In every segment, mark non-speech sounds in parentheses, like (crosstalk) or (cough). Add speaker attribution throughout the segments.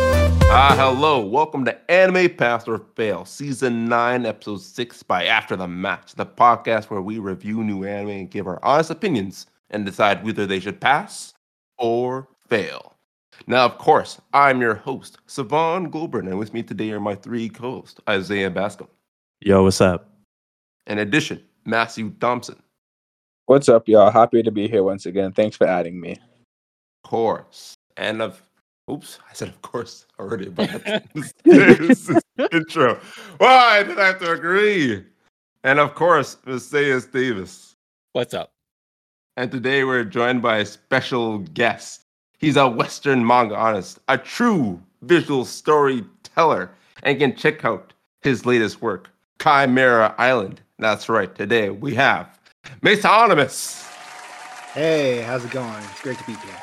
Speaker 1: Ah, hello. Welcome to Anime Pass or Fail, Season 9, Episode 6 by After the Match, the podcast where we review new anime and give our honest opinions and decide whether they should pass or fail. Now, of course, I'm your host, Savon Goldburn, and with me today are my three co hosts, Isaiah Bascom,
Speaker 2: Yo, what's up?
Speaker 1: in addition, Matthew Thompson,
Speaker 3: What's up, y'all? Happy to be here once again. Thanks for adding me.
Speaker 1: course, and of Oops, I said of course (laughs) already, but
Speaker 4: (laughs)
Speaker 1: that's- (laughs) this is intro. Why did I have to agree? And of course, Messias Davis.
Speaker 4: What's up?
Speaker 1: And today we're joined by a special guest. He's a Western manga artist, a true visual storyteller, and can check out his latest work, Chimera Island. That's right, today we have Mesonimus.
Speaker 5: Hey, how's it going? It's great to be here.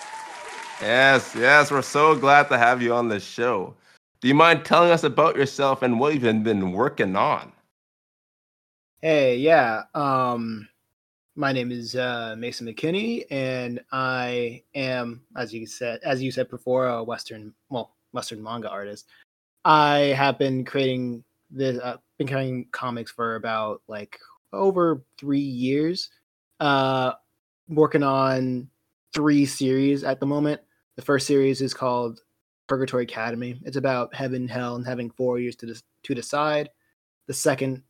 Speaker 1: Yes, yes, we're so glad to have you on the show. Do you mind telling us about yourself and what you've been working on?
Speaker 5: Hey, yeah. Um, my name is uh, Mason McKinney, and I am, as you said, as you said before, a Western, well, Western manga artist. I have been creating this, uh, been creating comics for about like over three years. Uh, working on three series at the moment. The first series is called Purgatory Academy. It's about heaven, hell, and having four years to des- to decide. The second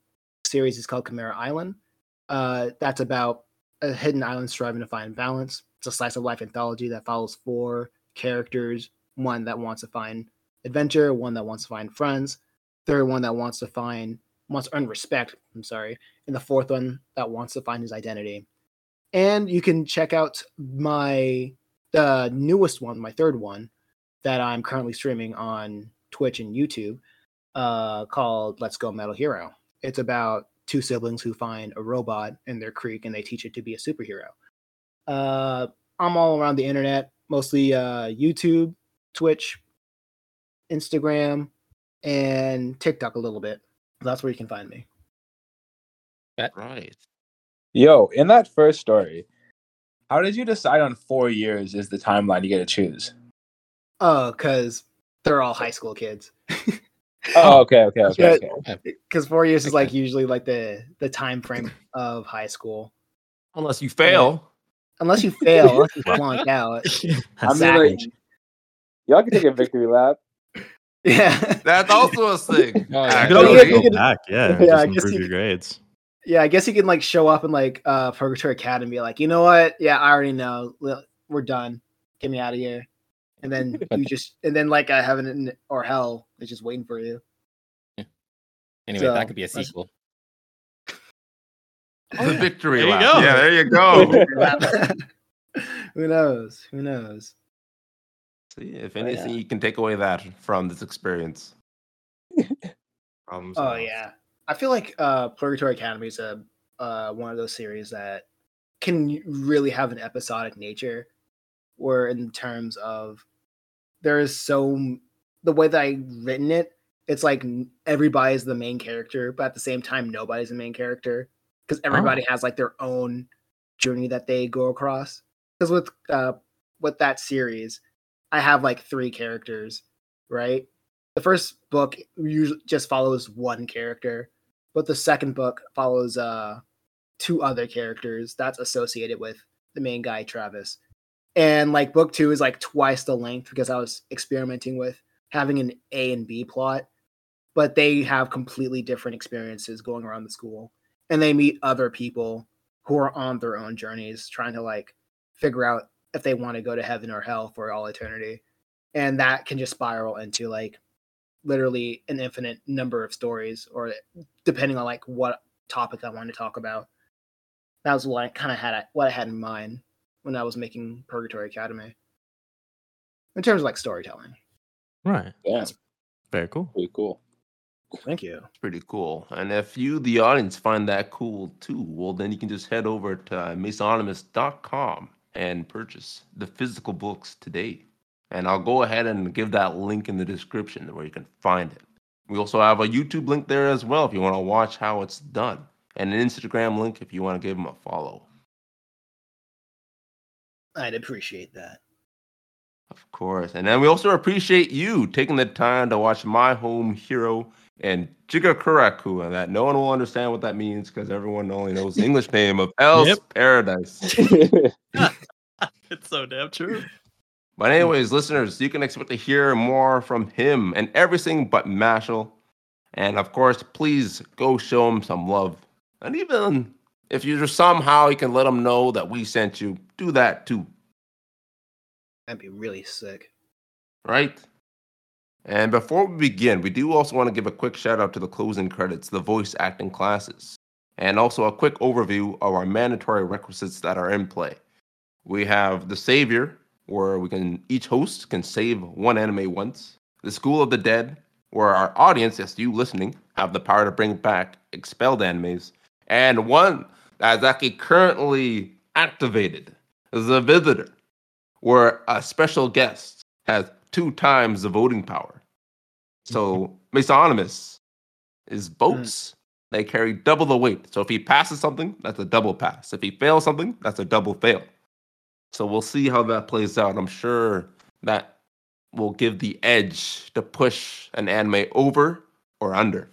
Speaker 5: series is called Chimera Island. Uh, that's about a hidden island striving to find balance. It's a slice of life anthology that follows four characters: one that wants to find adventure, one that wants to find friends, third one that wants to find wants to earn respect. I'm sorry, and the fourth one that wants to find his identity. And you can check out my the newest one, my third one, that I'm currently streaming on Twitch and YouTube, uh, called Let's Go Metal Hero. It's about two siblings who find a robot in their creek and they teach it to be a superhero. Uh, I'm all around the internet, mostly uh, YouTube, Twitch, Instagram, and TikTok a little bit. That's where you can find me.
Speaker 1: Right.
Speaker 3: Yo, in that first story, how did you decide on four years is the timeline you get to (laughs) choose?
Speaker 5: Oh, because they're all high school kids.
Speaker 3: Oh, okay, okay, okay.
Speaker 5: Yeah.
Speaker 3: okay.
Speaker 5: because four years is
Speaker 4: Okay.
Speaker 5: like usually like the the time (laughs) frame of high school
Speaker 1: Unless
Speaker 2: (laughs)
Speaker 1: you fail.
Speaker 5: unless you fail unless you flunk out
Speaker 3: I mean,
Speaker 5: (laughs) Exactly.
Speaker 3: like, y'all can take a
Speaker 1: (laughs)
Speaker 3: victory lap.
Speaker 5: (laughs) yeah
Speaker 1: That's also a thing.
Speaker 4: Oh, yeah.
Speaker 1: actually.
Speaker 5: No,
Speaker 2: Go
Speaker 5: yeah, you could-
Speaker 2: back, yeah.
Speaker 5: yeah, I
Speaker 2: just
Speaker 5: guess
Speaker 2: improve your
Speaker 5: you could-
Speaker 2: grades.
Speaker 5: yeah i guess you can like show up in like uh purgatory academy and be like you know what yeah i already know L- we're done get me out of here and then you just and then like uh, heaven and- or hell is just waiting for you
Speaker 4: Anyway,
Speaker 5: So,
Speaker 4: that could be a
Speaker 5: that's-
Speaker 4: sequel.
Speaker 1: The
Speaker 5: (laughs)
Speaker 1: victory
Speaker 2: There you
Speaker 1: lap.
Speaker 2: go.
Speaker 1: Yeah, there you
Speaker 5: Oh,
Speaker 1: go.
Speaker 5: who knows who knows
Speaker 1: See, if anything, you can take away that from this experience. Problems
Speaker 5: Oh
Speaker 1: solved.
Speaker 5: yeah, I feel like uh, Purgatory Academy is a uh, one of those series that can really have an episodic nature, where in terms of there is so m- the way that I written it, it's like n- everybody's the main character, but at the same time, nobody's the main character because everybody has like their own journey that they go across. Because with uh, with that series, I have like three characters, right? the first book usually just follows one character, but the second book follows uh two other characters that's associated with the main guy Travis. And like book 2 is like twice the length because I was experimenting with having an A and B plot, but they have completely different experiences going around the school and they meet other people who are on their own journeys trying to like figure out if they want to go to heaven or hell for all eternity. And that can just spiral into like literally an infinite number of stories or depending on like what topic I wanted to talk about. That was what I kind of had what I had in mind when I was making Purgatory Academy. In terms of like storytelling.
Speaker 2: Right.
Speaker 3: Yeah,
Speaker 2: Very
Speaker 3: (laughs)
Speaker 2: cool.
Speaker 3: pretty cool.
Speaker 5: Thank you.
Speaker 1: Pretty cool. And if you, the audience, find that cool too, well, then you can just head over to masononymous.com and purchase the physical books today. And I'll go ahead and give that link in the description where you can find it. We also have a YouTube link there as well if you want to watch how it's done, and an Instagram link if you want to give them a follow.
Speaker 5: I'd appreciate that.
Speaker 1: Of course. And then we also appreciate you taking the time to watch My Home Hero and Jigakuraku, and that no one will understand what that means because everyone only knows the English name of El's
Speaker 2: Yep.
Speaker 1: Paradise.
Speaker 2: It's so damn true.
Speaker 1: But anyways, listeners, you can expect to hear more from him and everything but Mashal. And of course, please go show him some love. And even if you somehow you can let him know that we sent you, do that too.
Speaker 5: That'd be really sick.
Speaker 1: right? And before we begin, we do also want to give a quick shout out to the closing credits, the voice acting classes, and also a quick overview of our mandatory requisites that are in play. We have the Savior, where we can each host can save one anime once. The School of the Dead, where our audience, yes, you listening, have the power to bring back expelled animes, and one that is actually currently activated, the Visitor, where a special guest has two times the voting power. So Mesonymous is votes. They carry double the weight. So if he passes something, that's a double pass. If he fails something, that's a double fail. So we'll see how that plays out. I'm sure that will give the edge to push an anime over or under.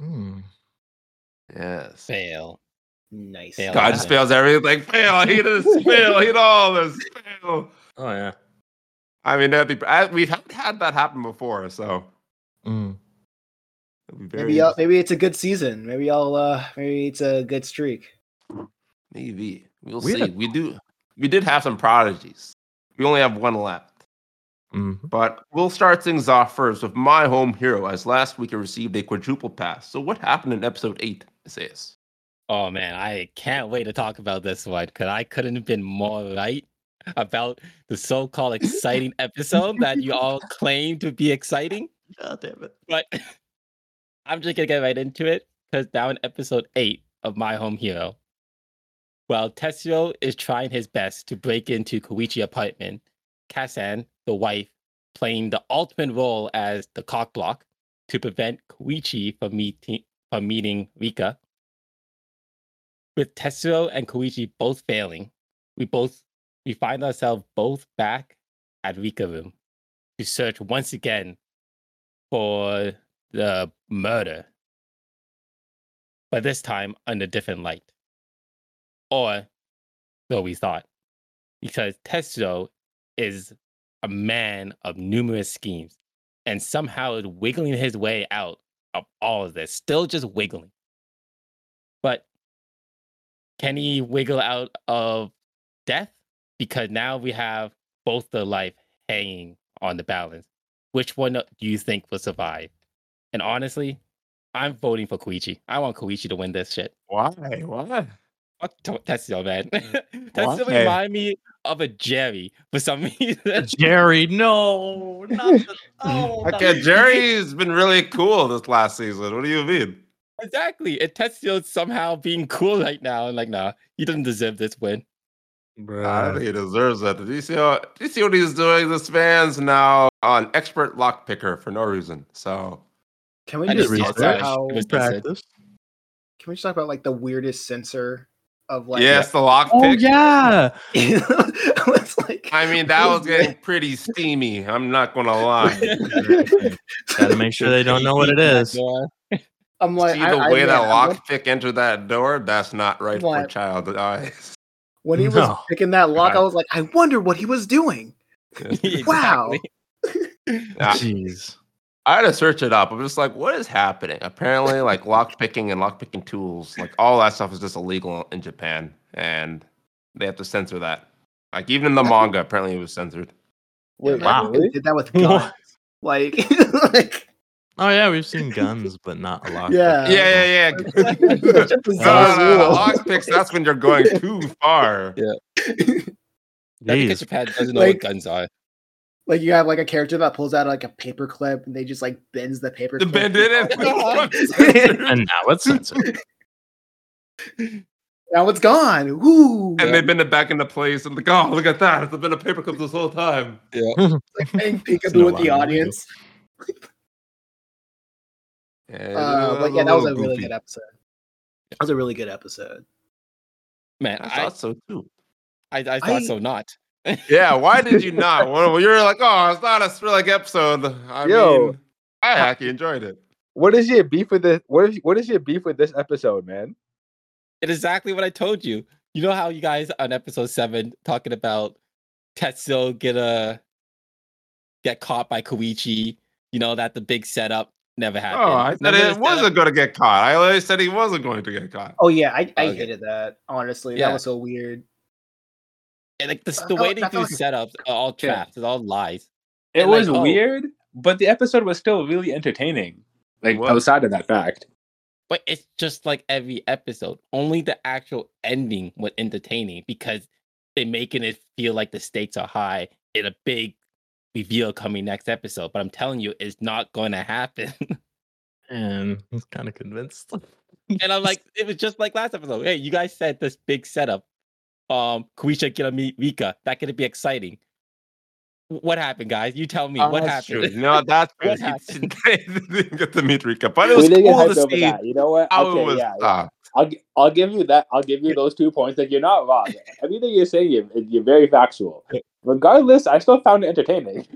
Speaker 2: Hmm.
Speaker 1: Yes.
Speaker 4: Fail.
Speaker 5: Nice.
Speaker 4: Fail.
Speaker 1: God just fails everything. Fail. He does fail. He did all this. Fail.
Speaker 2: Oh yeah.
Speaker 1: I mean, that'd be, I, we've had- had that happen before, so
Speaker 2: Mm.
Speaker 1: it'd be very
Speaker 5: Maybe y'all, maybe it's a good season. Maybe I'll uh maybe it's a good streak.
Speaker 1: Maybe we'll
Speaker 2: We
Speaker 1: see.
Speaker 2: had a-
Speaker 1: We do. We did have some prodigies. We only have one left,
Speaker 2: Mm.
Speaker 1: but we'll start things off first with my home hero. As last week, I received a quadruple pass. So what happened in episode eight, Isaias?
Speaker 4: Oh man, I can't wait to talk about this one because I couldn't have been more right about the so-called exciting episode that you all claim to be exciting.
Speaker 1: God damn it!
Speaker 4: But (laughs) I'm just gonna get right into it because now in episode eight of My Home Hero, while Tetsuo is trying his best to break into Koichi's apartment, Kasan, the wife, playing the ultimate role as the cock block to prevent Koichi from meeting from meeting Rika. With Tetsuo and Koichi both failing, we both we find ourselves both back at Rika room to search once again for the murder, but this time under different light. Or so we thought, because Tetsuo is a man of numerous schemes and somehow is wiggling his way out of all of this, still just wiggling. But can he wiggle out of death? Because now we have both the life hanging on the balance which one do you think will survive? And honestly, I'm voting for Koichi. I want Koichi to win this shit. (laughs)
Speaker 1: Why? Why?
Speaker 4: Fuck T- Tetsuo, man. (laughs)
Speaker 1: What?
Speaker 4: Tetsuo
Speaker 1: Hey.
Speaker 4: remind me of a Jerry for some (laughs) reason.
Speaker 2: Jerry, no, not (laughs) the, oh, not-
Speaker 1: Okay, Jerry's been really cool this last season. What do you mean?
Speaker 4: exactly. And Tetsuo somehow being cool right now and like, nah, he doesn't deserve this win.
Speaker 2: Uh,
Speaker 1: I don't think he deserves that. Did you see how? Did you see what he's doing? This man's now an expert lock picker for no reason. So
Speaker 5: Can we
Speaker 4: I
Speaker 5: just
Speaker 4: just
Speaker 5: talk
Speaker 4: did
Speaker 5: about
Speaker 4: that.
Speaker 5: how
Speaker 4: It was decent.
Speaker 2: practice.
Speaker 5: can we just talk about like the weirdest sensor of like (laughs)
Speaker 1: yes, the lock
Speaker 2: Oh
Speaker 1: pick.
Speaker 2: yeah.
Speaker 5: it's like
Speaker 1: I mean,
Speaker 2: (laughs)
Speaker 1: that
Speaker 5: (laughs)
Speaker 1: was getting pretty steamy. I'm not gonna lie.
Speaker 2: Gotta make sure they don't know what it
Speaker 4: (laughs)
Speaker 2: is.
Speaker 4: Or-
Speaker 5: I'm like
Speaker 1: See
Speaker 5: I-
Speaker 1: the
Speaker 5: I-
Speaker 1: way
Speaker 5: man,
Speaker 1: that
Speaker 5: I'm like-
Speaker 1: lockpick entered that door? That's not right for
Speaker 5: What?
Speaker 1: child
Speaker 5: (laughs)
Speaker 1: eyes.
Speaker 5: when he was
Speaker 2: No.
Speaker 5: picking that lock, I
Speaker 1: God.
Speaker 5: was like, I wonder what he
Speaker 1: (laughs)
Speaker 5: was doing. Wow.
Speaker 4: Exactly.
Speaker 1: Yeah.
Speaker 2: Jeez.
Speaker 1: I had to search it up. I'm just like, what is happening? Apparently, like lockpicking and lockpicking tools, like all that stuff is just illegal in Japan, and they have to censor that. Like even in the manga, apparently it was censored.
Speaker 5: Wait,
Speaker 2: Wow.
Speaker 5: wow, did that with
Speaker 2: What?
Speaker 5: guns. like, (laughs) like
Speaker 2: Oh yeah, we've seen guns, but not a lot.
Speaker 5: Yeah.
Speaker 1: Yeah, yeah, yeah.
Speaker 5: such a
Speaker 1: No, no,
Speaker 5: bizarre
Speaker 1: no, no.
Speaker 5: rule.
Speaker 1: Lockpicks, that's when you're going too
Speaker 5: (laughs)
Speaker 1: far.
Speaker 4: That's because
Speaker 2: Jeez.
Speaker 4: Japan doesn't know
Speaker 5: Like-
Speaker 4: what guns are.
Speaker 5: (laughs) Like you have like a character that pulls out like a paper clip and they just like bends the paper
Speaker 1: The
Speaker 5: clip.
Speaker 1: bend in
Speaker 5: (laughs) Yeah.
Speaker 2: (laughs)
Speaker 1: it.
Speaker 2: And now it's censored.
Speaker 5: now it's gone. Woo!
Speaker 1: And they've been back into place, and like, oh, look at that! It's been a paperclip this whole time.
Speaker 5: playing peekaboo
Speaker 2: no
Speaker 5: with
Speaker 2: longer
Speaker 5: the
Speaker 2: legal.
Speaker 5: audience.
Speaker 1: Yeah,
Speaker 5: Uh,
Speaker 1: it
Speaker 5: but yeah, that was a
Speaker 1: little
Speaker 5: really
Speaker 1: goofy.
Speaker 5: good episode. That was a really good episode.
Speaker 4: Man,
Speaker 1: I
Speaker 4: I,
Speaker 1: thought so too.
Speaker 4: I, I thought
Speaker 5: I-
Speaker 4: so not.
Speaker 1: Yeah, why did you not? Well, you're like, oh, it's not a Skrillex episode. I
Speaker 3: Yo.
Speaker 1: mean, I actually enjoyed it.
Speaker 3: What is your beef with this? What is what is your beef with this episode, man?
Speaker 4: It's exactly what I told you. You know how you guys on episode seven talking about Tetsuo get a get caught by Koichi. You know that the big setup never happened.
Speaker 1: Oh, I said
Speaker 4: Remember the
Speaker 1: it wasn't
Speaker 4: setup?
Speaker 1: going to get caught. I already said he wasn't going to get
Speaker 5: (laughs)
Speaker 1: caught.
Speaker 5: Oh yeah, I, I
Speaker 4: Okay.
Speaker 5: hated that. Honestly,
Speaker 4: Yeah.
Speaker 5: that was so weird.
Speaker 4: And, like the,
Speaker 5: I
Speaker 4: the
Speaker 5: felt-
Speaker 4: way they
Speaker 5: I
Speaker 4: do
Speaker 5: felt like-
Speaker 4: setups are all
Speaker 3: Yeah.
Speaker 4: traps. It's all lies.
Speaker 3: It
Speaker 4: And, like,
Speaker 3: was
Speaker 4: oh.
Speaker 3: weird, but the episode was still really entertaining. Like
Speaker 1: was.
Speaker 3: outside of that fact.
Speaker 4: But it's just like every episode. Only the actual ending was entertaining because they're making it feel like the stakes are high in a big reveal coming next episode. But I'm telling you, it's not going to happen. (laughs)
Speaker 6: And I was kind of convinced.
Speaker 4: and I'm like, it was just like last episode. Hey, you guys said this big setup. Um, Kuisha gonna meet Rika. That gonna be exciting. Wh- What happened, guys? You tell me
Speaker 1: Oh,
Speaker 4: what
Speaker 1: that's
Speaker 4: happened.
Speaker 1: True. No, that's true. (laughs)
Speaker 4: What
Speaker 1: He-
Speaker 4: happened?
Speaker 1: he didn't get to meet Rika, but it was
Speaker 3: we didn't
Speaker 1: cool
Speaker 3: get hyped
Speaker 1: to
Speaker 3: over
Speaker 1: see
Speaker 3: that. You know what?
Speaker 1: how
Speaker 3: okay,
Speaker 1: it was
Speaker 3: yeah, yeah.
Speaker 1: stopped.
Speaker 3: I'll, gi- I'll give you that. I'll give you those two points. Like you're not wrong. Everything you're saying, you're, you're very factual. Regardless, I still found it (laughs) entertaining.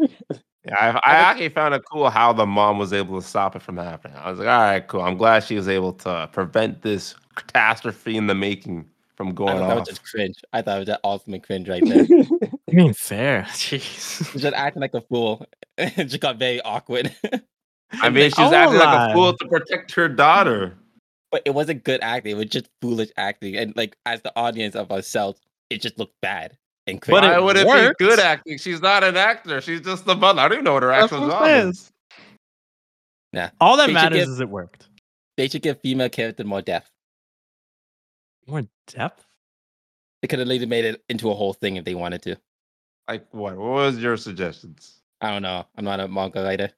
Speaker 1: Yeah, I, I actually found it cool how the mom was able to stop it from happening. I was like, all right, cool. I'm glad she was able to prevent this catastrophe in the making from
Speaker 4: (laughs) I
Speaker 1: going
Speaker 4: thought that was
Speaker 1: off.
Speaker 4: just cringe. I thought it was that ultimate cringe right there.
Speaker 6: I mean, fair.
Speaker 2: (laughs)
Speaker 6: Jeez.
Speaker 4: just acting like a fool. (laughs) it just got very awkward. (laughs)
Speaker 1: I mean, she was
Speaker 6: Oh,
Speaker 1: acting like a
Speaker 6: man.
Speaker 1: fool to protect her daughter.
Speaker 4: but it wasn't good acting. It was just foolish acting. And like as the audience of ourselves, it just looked bad and cringe.
Speaker 6: But
Speaker 1: Why
Speaker 6: it
Speaker 1: would it
Speaker 6: worked.
Speaker 1: be good acting? She's not an actor. She's just the mother. I don't even know what her
Speaker 6: That's
Speaker 1: actual
Speaker 6: what
Speaker 1: job
Speaker 6: I'm
Speaker 1: is.
Speaker 4: Nah,
Speaker 6: All that
Speaker 4: They should
Speaker 6: matters
Speaker 4: give-
Speaker 6: is it worked.
Speaker 4: they should give female character more depth.
Speaker 6: More depth.
Speaker 4: They could have later made it into a whole thing if they wanted to.
Speaker 1: Like what? What was your suggestions?
Speaker 4: I don't know. I'm not a manga writer,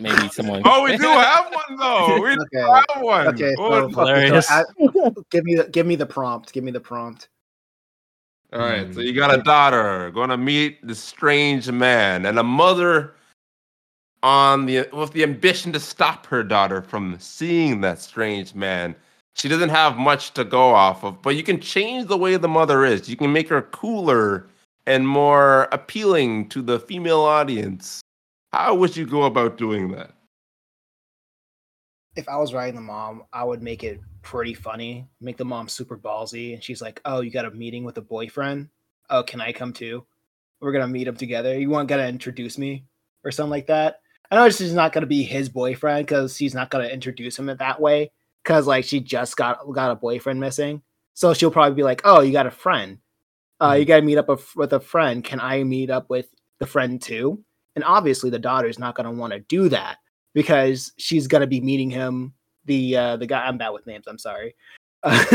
Speaker 1: (laughs)
Speaker 4: maybe someone.
Speaker 1: Oh, we
Speaker 6: (laughs)
Speaker 4: (laughs)
Speaker 1: do have one though. We do
Speaker 5: Okay.
Speaker 1: have one.
Speaker 5: Okay,
Speaker 1: What
Speaker 5: so,
Speaker 1: was-
Speaker 5: fuck it,
Speaker 6: hilarious.
Speaker 5: so I- give me the give me the prompt. Give me the prompt.
Speaker 1: All right,
Speaker 5: Um,
Speaker 1: so you got a daughter going to meet this strange man, and a mother on the with the ambition to stop her daughter from seeing that strange man. She doesn't have much to go off of, but you can change the way the mother is. You can make her cooler and more appealing to the female audience. How would you go about doing that?
Speaker 5: If I was writing the mom, I would make it pretty funny. Make the mom super ballsy, and she's like, "Oh, you got a meeting with a boyfriend? Oh, can I come too? We're gonna meet up together. You want gonna introduce me or something like that." I know she's not gonna be his boyfriend because she's not gonna introduce him in that way because like she just got got a boyfriend missing. So she'll probably be like, "Oh, you got a friend. Uh, You got to meet up a, with a friend. Can I meet up with the friend too?" And obviously, the daughter's not going to want to do that because she's going to be meeting him. The uh, the guy. I'm bad with names. I'm sorry. (laughs)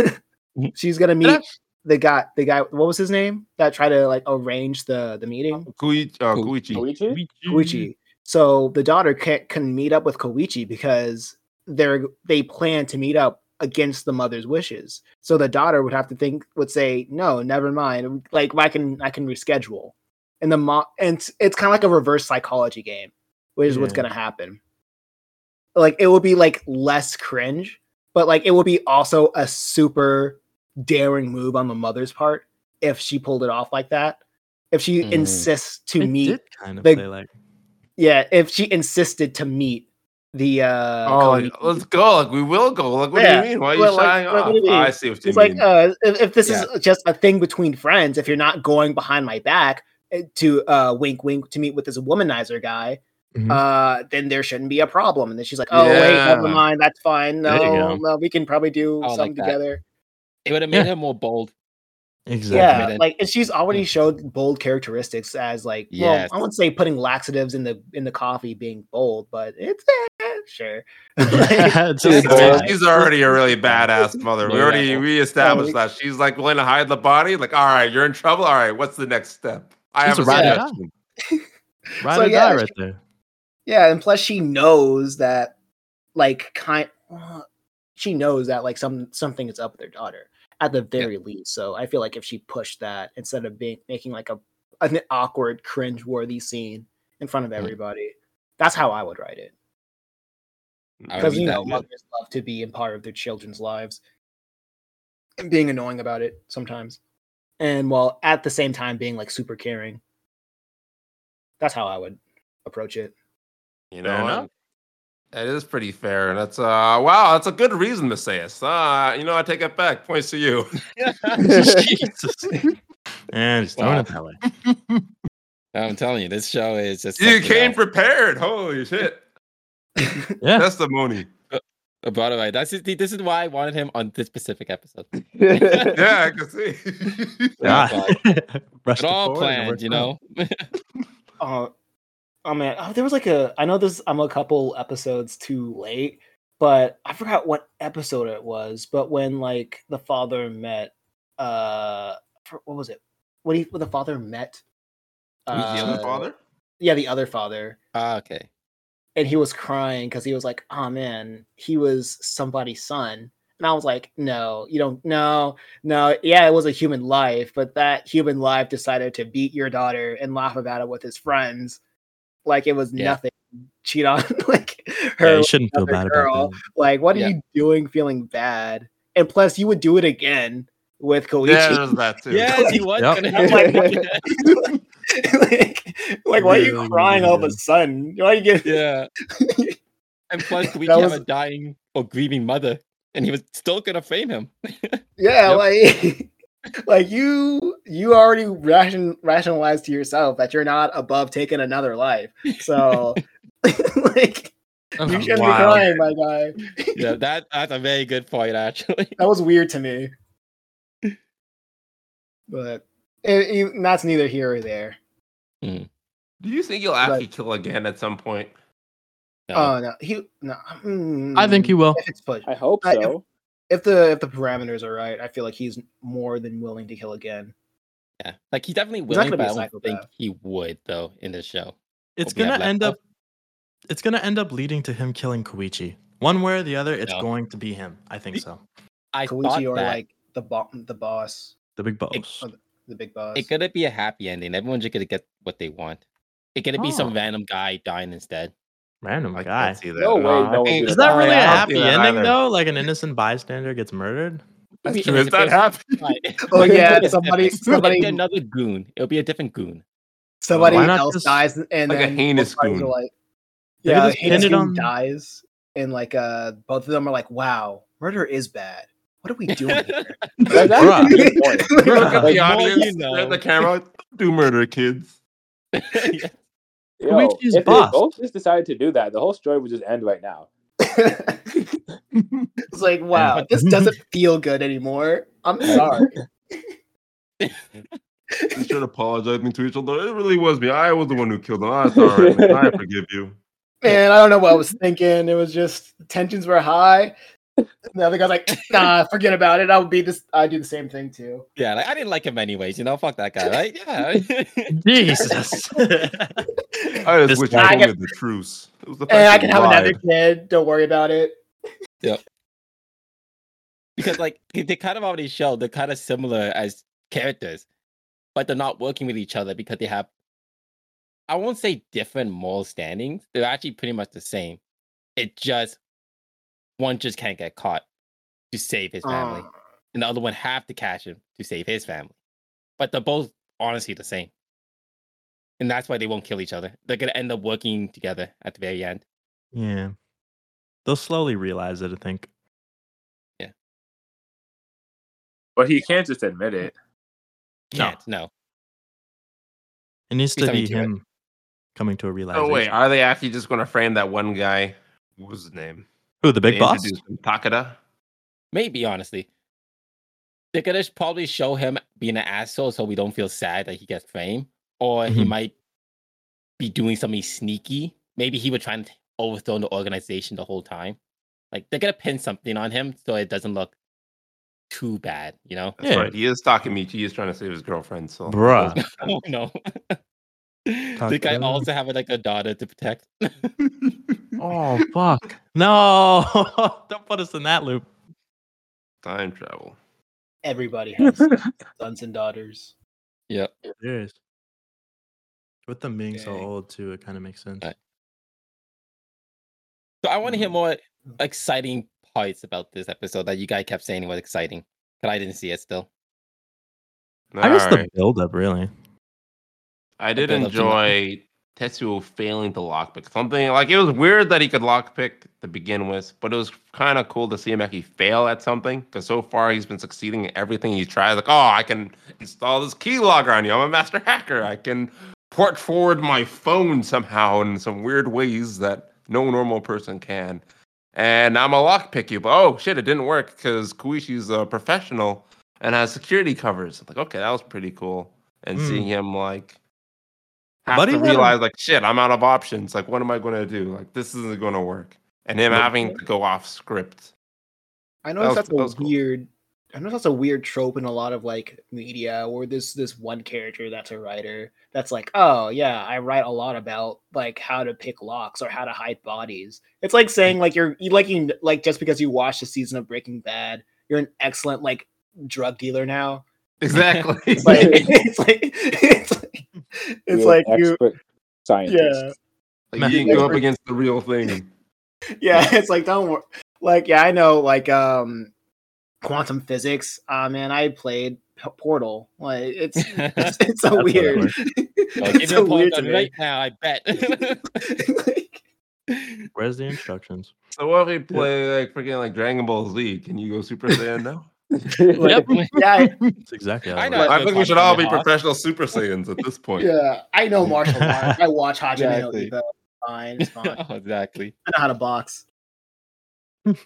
Speaker 5: she's going to meet the guy. The guy. What was his name? That tried to like arrange the the meeting.
Speaker 1: Kui, uh,
Speaker 4: Cool.
Speaker 1: Kuichi.
Speaker 3: Luigi?
Speaker 5: Koichi. Mm-hmm. So the daughter can't can meet up with Koichi because they're they plan to meet up against the mother's wishes. So the daughter would have to think would say, no, never mind. Like I can I can reschedule. And the mom and it's, it's kind of like a reverse psychology game, which is what's
Speaker 6: Yeah.
Speaker 5: gonna happen. Like it will be like less cringe, but like it will be also a super daring move on the mother's part if she pulled it off like that. If she
Speaker 4: Mm.
Speaker 5: insists to
Speaker 6: Mm-hmm. It
Speaker 5: meet
Speaker 6: did kind of
Speaker 5: the-
Speaker 6: play like
Speaker 5: yeah, if she insisted to meet the uh
Speaker 1: Oh,
Speaker 5: Koichi.
Speaker 1: let's go. Like, we will go. Like, what
Speaker 5: Yeah,
Speaker 1: do you mean? Why are you
Speaker 5: well, like,
Speaker 1: shying
Speaker 5: like, what
Speaker 1: off?
Speaker 5: do you
Speaker 1: Oh, I
Speaker 5: mean?
Speaker 1: see what you
Speaker 5: it's
Speaker 1: mean.
Speaker 5: like uh if, if this is just a thing between friends, if you're not going behind my back eh, to uh wink wink to meet with this womanizer guy,
Speaker 6: Mhm.
Speaker 5: uh then there shouldn't be a problem. And then she's like, Oh wait, never
Speaker 1: Yeah.
Speaker 5: mind, that's fine.
Speaker 6: There you
Speaker 5: No,
Speaker 6: go.
Speaker 5: no, we can probably do
Speaker 4: I would
Speaker 5: something
Speaker 4: like that.
Speaker 5: together.
Speaker 4: It would have made
Speaker 6: Yeah.
Speaker 4: her more bold.
Speaker 6: exactly. (laughs)
Speaker 5: Yeah, (laughs)
Speaker 4: Definitely.
Speaker 5: like and she's already
Speaker 4: Yeah.
Speaker 5: showed bold characteristics as like
Speaker 4: Yes.
Speaker 5: well, I wouldn't say putting laxatives in the in the coffee being bold, but it's eh, sure. (laughs) Like,
Speaker 6: It's
Speaker 5: Dude,
Speaker 6: just
Speaker 5: bro.
Speaker 1: I
Speaker 6: bad.
Speaker 1: mean, she's already a really badass mother. We
Speaker 4: Yeah.
Speaker 1: already we established
Speaker 5: Yeah,
Speaker 1: that she's like willing to hide the body. Like, all right, you're in trouble. All right, what's the next step? I
Speaker 6: She's
Speaker 1: have a
Speaker 6: a ride or die.
Speaker 1: suggestion.
Speaker 6: Ride
Speaker 5: So,
Speaker 6: or
Speaker 5: yeah,
Speaker 6: die
Speaker 5: she-
Speaker 6: right there.
Speaker 5: (laughs) Yeah, and plus she knows that, like, kind uh, she knows that like some something is up with her daughter at the very least. So I feel like if she pushed that instead of being making like a an awkward, cringe-worthy scene in front
Speaker 4: Mm.
Speaker 5: of everybody, that's how I would write it.
Speaker 4: I would
Speaker 5: Because
Speaker 4: be
Speaker 5: you
Speaker 4: that
Speaker 5: know,
Speaker 4: good.
Speaker 5: mothers love to be a part of their children's lives and being annoying about it sometimes. and while at the same time being like super caring. That's how I would approach it.
Speaker 1: You
Speaker 6: Fair
Speaker 1: know,
Speaker 6: enough.
Speaker 1: and that is pretty fair. That's uh, wow, that's a good reason, Messias. Uh, you know, I take it back. Points to you.
Speaker 6: Jesus. And just throwing
Speaker 4: Wow.
Speaker 6: it that way.
Speaker 4: I'm telling you, this show is just
Speaker 1: you
Speaker 4: something
Speaker 1: came
Speaker 4: else.
Speaker 1: prepared. Holy shit!
Speaker 6: Yeah.
Speaker 1: Testimony.
Speaker 4: Uh, by the way, that's it- this is why I wanted him on this
Speaker 5: (clears throat)
Speaker 4: specific episode. It
Speaker 1: Yeah, I can see.
Speaker 6: God. (laughs) Rushed it forward
Speaker 4: all
Speaker 6: and it
Speaker 4: planned,
Speaker 6: worked
Speaker 4: you
Speaker 6: out.
Speaker 4: know. (laughs)
Speaker 5: Uh, oh man, oh, there was like a. I know this. I'm a couple episodes too late, but I forgot what episode it was. But when like the father met, uh, for- what was it? What he when the father met? uh,
Speaker 1: Who's the other father?
Speaker 5: Yeah, the other father.
Speaker 4: Ah, okay.
Speaker 5: and he was crying because he was like, "Oh man, he was somebody's son." And I was like, "No, you don't. No, no. Yeah, it was a human life, but that human life decided to beat your daughter and laugh about it with his friends, like it was
Speaker 4: Yeah.
Speaker 5: nothing. Cheat on (laughs) like
Speaker 6: Yeah,
Speaker 5: her.
Speaker 6: you shouldn't feel
Speaker 5: another
Speaker 6: bad
Speaker 5: girl.
Speaker 6: about that.
Speaker 5: like, what are
Speaker 4: Yeah.
Speaker 5: you doing? Feeling bad? And plus, you would do it again with Koichi.
Speaker 1: Yeah, there's that too.
Speaker 4: Yes, he was
Speaker 6: Yep.
Speaker 4: gonna
Speaker 5: I'm
Speaker 4: have
Speaker 5: like, (laughs)
Speaker 4: like,
Speaker 5: like, (laughs) like, why are you
Speaker 6: Really,
Speaker 5: crying all of a
Speaker 6: yeah.
Speaker 5: sudden? Why are you getting
Speaker 4: (laughs) yeah. And plus, we
Speaker 5: That
Speaker 4: have
Speaker 5: was-
Speaker 4: a dying or grieving mother, and he was still gonna frame him.
Speaker 5: Yeah, like (laughs) like you you already ration, rationalized to yourself that you're not above taking another life.
Speaker 4: (laughs)
Speaker 5: So like you
Speaker 6: Oh,
Speaker 5: shouldn't
Speaker 6: wow.
Speaker 5: be crying, my guy.
Speaker 4: Yeah, that that's a very good point, actually.
Speaker 5: (laughs)
Speaker 4: (laughs)
Speaker 5: That was weird to me. But it, it- that's neither here or there.
Speaker 1: Do you think you'll actually kill again at some point?
Speaker 4: No.
Speaker 5: Oh no, he no.
Speaker 6: I think you will.
Speaker 5: mm, If it's
Speaker 3: (laughs)
Speaker 5: pushed,
Speaker 3: I hope
Speaker 5: I- (laughs)
Speaker 3: so.
Speaker 5: if the if the parameters are right, I feel like he's more than willing to kill again.
Speaker 4: yeah, like he's definitely
Speaker 5: He's not
Speaker 4: willing,
Speaker 5: gonna
Speaker 4: but
Speaker 5: be
Speaker 4: I
Speaker 5: a
Speaker 4: don't think
Speaker 5: psychopath.
Speaker 4: he would though in this show.
Speaker 6: It's
Speaker 4: Hope we have
Speaker 6: gonna
Speaker 4: black
Speaker 6: end
Speaker 4: belt.
Speaker 6: up. It's gonna end up leading to him killing Koichi. One way or the other, it's
Speaker 4: No.
Speaker 6: going to be him. I think so.
Speaker 4: I thought
Speaker 5: Koichi or
Speaker 4: that
Speaker 5: like the bo- the boss,
Speaker 6: The big boss.
Speaker 5: oh, the big boss.
Speaker 4: it gonna be a happy ending. Everyone's just gonna get what they want. It gonna be
Speaker 6: Oh.
Speaker 4: some random guy dying instead.
Speaker 6: Random
Speaker 1: I
Speaker 6: guy.
Speaker 1: can't see that. Uh,
Speaker 3: No way,
Speaker 1: I think-
Speaker 3: no one
Speaker 6: Is
Speaker 3: Is
Speaker 6: that
Speaker 3: that
Speaker 6: really a
Speaker 1: I don't
Speaker 6: happy
Speaker 1: see that
Speaker 6: ending
Speaker 1: either.
Speaker 6: though? Like an innocent bystander gets (laughs) murdered?
Speaker 1: That's
Speaker 4: Maybe
Speaker 1: true. Is
Speaker 4: innocent
Speaker 1: that
Speaker 4: person
Speaker 1: happy?
Speaker 4: Right.
Speaker 5: Oh
Speaker 4: It'll be
Speaker 5: yeah,
Speaker 4: different.
Speaker 5: somebody
Speaker 4: It'll be
Speaker 5: somebody
Speaker 4: another goon. It'll be a different goon.
Speaker 5: somebody
Speaker 6: Why not
Speaker 5: else
Speaker 6: just,
Speaker 5: dies and
Speaker 1: like a
Speaker 5: then both
Speaker 1: heinous
Speaker 5: parties are
Speaker 1: goon?
Speaker 5: like
Speaker 6: They could
Speaker 5: yeah,
Speaker 6: just pin
Speaker 5: heinous
Speaker 6: it
Speaker 5: goon
Speaker 6: on-
Speaker 5: dies and like uh both of them are like, wow, murder is bad. What are
Speaker 6: (laughs)
Speaker 5: we doing (laughs) here?
Speaker 3: That- that's a good (laughs) point.
Speaker 1: You Look at the
Speaker 6: Bruh.
Speaker 4: Like, more
Speaker 1: audience,
Speaker 4: you know.
Speaker 1: stare at the camera. Do murder, kids.
Speaker 3: Yo,
Speaker 6: Koichi's
Speaker 3: if
Speaker 6: boss.
Speaker 3: they both just decided to do that, the whole story would just end right now.
Speaker 5: it's like, wow,
Speaker 6: (laughs)
Speaker 5: this doesn't feel good anymore. I'm sorry.
Speaker 1: You should apologize to each other. It really was me. I was the one who killed them. I'm sorry. (laughs) man. I forgive you.
Speaker 5: Man, I don't know what I was thinking. It was just tensions were high. And the other guy's like, (laughs) nah, forget about it. I would be this I do the same thing too.
Speaker 4: (laughs) yeah, like I didn't like him anyways. You know, fuck that guy, right? Yeah. (laughs)
Speaker 6: Jesus.
Speaker 1: I
Speaker 6: This
Speaker 1: just wish you
Speaker 5: guy-
Speaker 1: told me the truth. It was the fact
Speaker 5: And I
Speaker 1: that
Speaker 5: can
Speaker 1: you
Speaker 5: have another
Speaker 1: lied.
Speaker 5: kid. Don't worry about it.
Speaker 4: because like they- they kind of already show they're kind of similar as characters, but they're not working with each other because they have I won't say different moral standings. They're actually pretty much the same. It just one just can't get caught to save his family.
Speaker 5: Uh,
Speaker 4: and the other one have to catch him to save his family. But they're both honestly the same. And that's why they won't kill each other. They're gonna end up working together at the very end.
Speaker 6: yeah. They'll slowly realize it, I think.
Speaker 3: But he can't just admit it.
Speaker 6: No.
Speaker 4: Can't, no.
Speaker 6: It needs
Speaker 4: He's
Speaker 6: to be
Speaker 4: coming to it.
Speaker 6: him coming to a
Speaker 1: Oh
Speaker 6: realization.
Speaker 1: wait, are they actually just going to frame that one guy? What was his name?
Speaker 6: Who, the big
Speaker 1: They
Speaker 6: boss?
Speaker 1: introduced him, Takada.
Speaker 4: Maybe honestly. They're gonna sh- probably show him being an asshole so we don't feel sad that he gets fame. Or he
Speaker 6: Mhm.
Speaker 4: might be doing something sneaky. Maybe he was trying to overthrow the organization the whole time. Like they're gonna pin something on him so it doesn't look too bad, you know? (laughs)
Speaker 1: That's
Speaker 6: Yeah.
Speaker 1: right. He is Takamichi. He is trying to save his girlfriend. So
Speaker 6: Bruh.
Speaker 4: Oh (laughs) no.
Speaker 6: Talk
Speaker 4: Think I
Speaker 6: about it.
Speaker 4: also have like a daughter to protect.
Speaker 6: (laughs)
Speaker 4: (laughs)
Speaker 6: oh fuck. No. (laughs) Don't put us in that loop.
Speaker 1: time travel.
Speaker 6: (laughs)
Speaker 5: everybody has sons and daughters.
Speaker 4: yep.
Speaker 6: Serious. With them being so
Speaker 5: Dang.
Speaker 6: old too, it kind of makes sense.
Speaker 4: Right. So I want to hear
Speaker 5: Mm.
Speaker 4: more exciting parts about this episode that you guys kept saying was exciting, but I didn't see it still.
Speaker 6: I missed the
Speaker 1: Alright.
Speaker 6: build up really.
Speaker 1: I did
Speaker 4: build up to that.
Speaker 1: enjoy Tetsuo failing to lockpick something. Like it was weird that he could lockpick to begin with, but it was kind of cool to see him actually fail at something because so far he's been succeeding in everything he tries. Like, oh, I can install this keylogger on you. I'm a master hacker. I can port forward my phone somehow in some weird ways that no normal person can. And I'm a lockpick you, but oh shit, it didn't work because Koishi's a professional and has security covers. I'm like, okay, that was pretty cool. And
Speaker 6: Hmm.
Speaker 1: seeing him like have
Speaker 6: Buddy
Speaker 1: to
Speaker 6: had a-
Speaker 1: realize like shit, I'm out of options. Like, what am I gonna do? Like, this isn't gonna work. And him
Speaker 5: Yep.
Speaker 1: having to go off script.
Speaker 5: I
Speaker 1: That
Speaker 5: know
Speaker 1: was-
Speaker 5: that's
Speaker 1: that was
Speaker 5: a
Speaker 1: cool.
Speaker 5: weird. I know that's a weird trope in a lot of like media, where there's this one character that's a writer that's like, oh yeah, I write a lot about like how to pick locks or how to hide bodies. It's like saying like you're you like you like just because you watched a season of Breaking Bad, you're an excellent like drug dealer now.
Speaker 1: Exactly. (laughs)
Speaker 5: It's like (laughs) it's like it's like, it's
Speaker 3: You're
Speaker 5: like
Speaker 3: an
Speaker 5: you
Speaker 3: expert scientist.
Speaker 5: yeah
Speaker 1: Like, you can go up against the real thing.
Speaker 5: yeah (laughs) it's like don't wor- like yeah i know like um quantum physics ah man i played P- portal like
Speaker 4: (laughs)
Speaker 5: it's it's, it's so
Speaker 6: That's what it
Speaker 5: weird (laughs)
Speaker 6: was.
Speaker 4: Like,
Speaker 5: it's
Speaker 4: give me
Speaker 5: so
Speaker 4: a
Speaker 5: weird
Speaker 4: point
Speaker 5: to
Speaker 4: on
Speaker 5: me
Speaker 4: right now, I
Speaker 5: (laughs)
Speaker 4: bet.
Speaker 5: Like,
Speaker 6: Where's the instructions?
Speaker 1: So what if we play like freaking like Dragon Ball Z? Can you go Super Saiyan now?
Speaker 6: (laughs)
Speaker 5: Yep. yeah
Speaker 4: (laughs)
Speaker 5: I,
Speaker 6: That's exactly. How
Speaker 4: I
Speaker 6: it
Speaker 4: know.
Speaker 1: (laughs)
Speaker 6: works.
Speaker 1: I think we should all be
Speaker 4: Hawk.
Speaker 1: professional Super Saiyans at this point.
Speaker 5: yeah i know
Speaker 6: (laughs)
Speaker 5: martial arts i watch hajime no
Speaker 4: Exactly.
Speaker 5: Ippo. fine it's fine i know
Speaker 4: (laughs) oh, exactly.
Speaker 5: how
Speaker 6: (laughs)
Speaker 5: to box but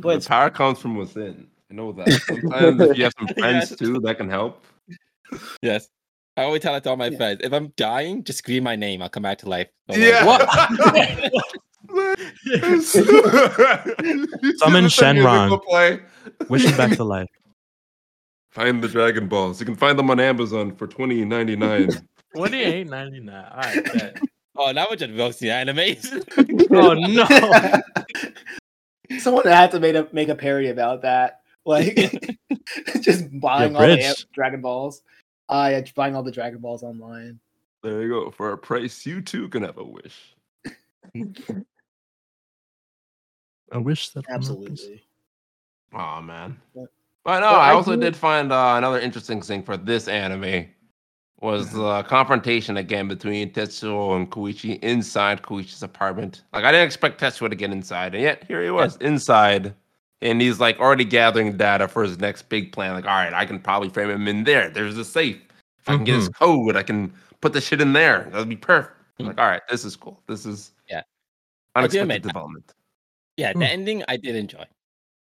Speaker 1: But
Speaker 5: it's-
Speaker 1: power comes from within. I know (laughs) that. Sometimes if you have some friends
Speaker 4: Yes.
Speaker 1: too, that can help.
Speaker 4: Yes. I always tell that to all my
Speaker 5: Yeah.
Speaker 4: friends. If I'm dying, just scream my name. I'll come back to life. Don't worry.
Speaker 1: Yeah. (laughs)
Speaker 6: Summon
Speaker 1: Summon
Speaker 6: Shenron. Wish him back to life.
Speaker 1: Find the Dragon Balls. You can find them on Amazon for twenty ninety nine.
Speaker 6: Twenty eight ninety nine. All right.
Speaker 5: (laughs)
Speaker 6: bet.
Speaker 4: Oh, now we're just roasting animes. (laughs)
Speaker 6: oh no.
Speaker 5: someone had to make a make a parody about that like (laughs) just buying all the
Speaker 6: rich.
Speaker 5: dragon balls uh yeah buying all the dragon balls online
Speaker 1: There you go. For a price, you too can have a wish.
Speaker 6: I wish that.
Speaker 5: absolutely
Speaker 1: Oh man.
Speaker 5: Yeah.
Speaker 1: But no,
Speaker 5: Well,
Speaker 1: I
Speaker 5: I
Speaker 1: also
Speaker 5: do-
Speaker 1: did find uh, another interesting thing for this anime was the confrontation again between Tetsuo and Koichi inside Koichi's apartment. Like I didn't expect Tetsuo to get inside, and yet here he was inside, and he's like already gathering data for his next big plan. Like, all right, I can probably frame him in there. There's a safe. If I can get his code, I can put the shit in there. That'd be perfect. I'm Like, all right, this is cool. This is
Speaker 4: Yeah. I do
Speaker 1: unexpected
Speaker 4: admit-
Speaker 1: development.
Speaker 4: yeah,
Speaker 6: Hmm.
Speaker 4: the ending I did enjoy.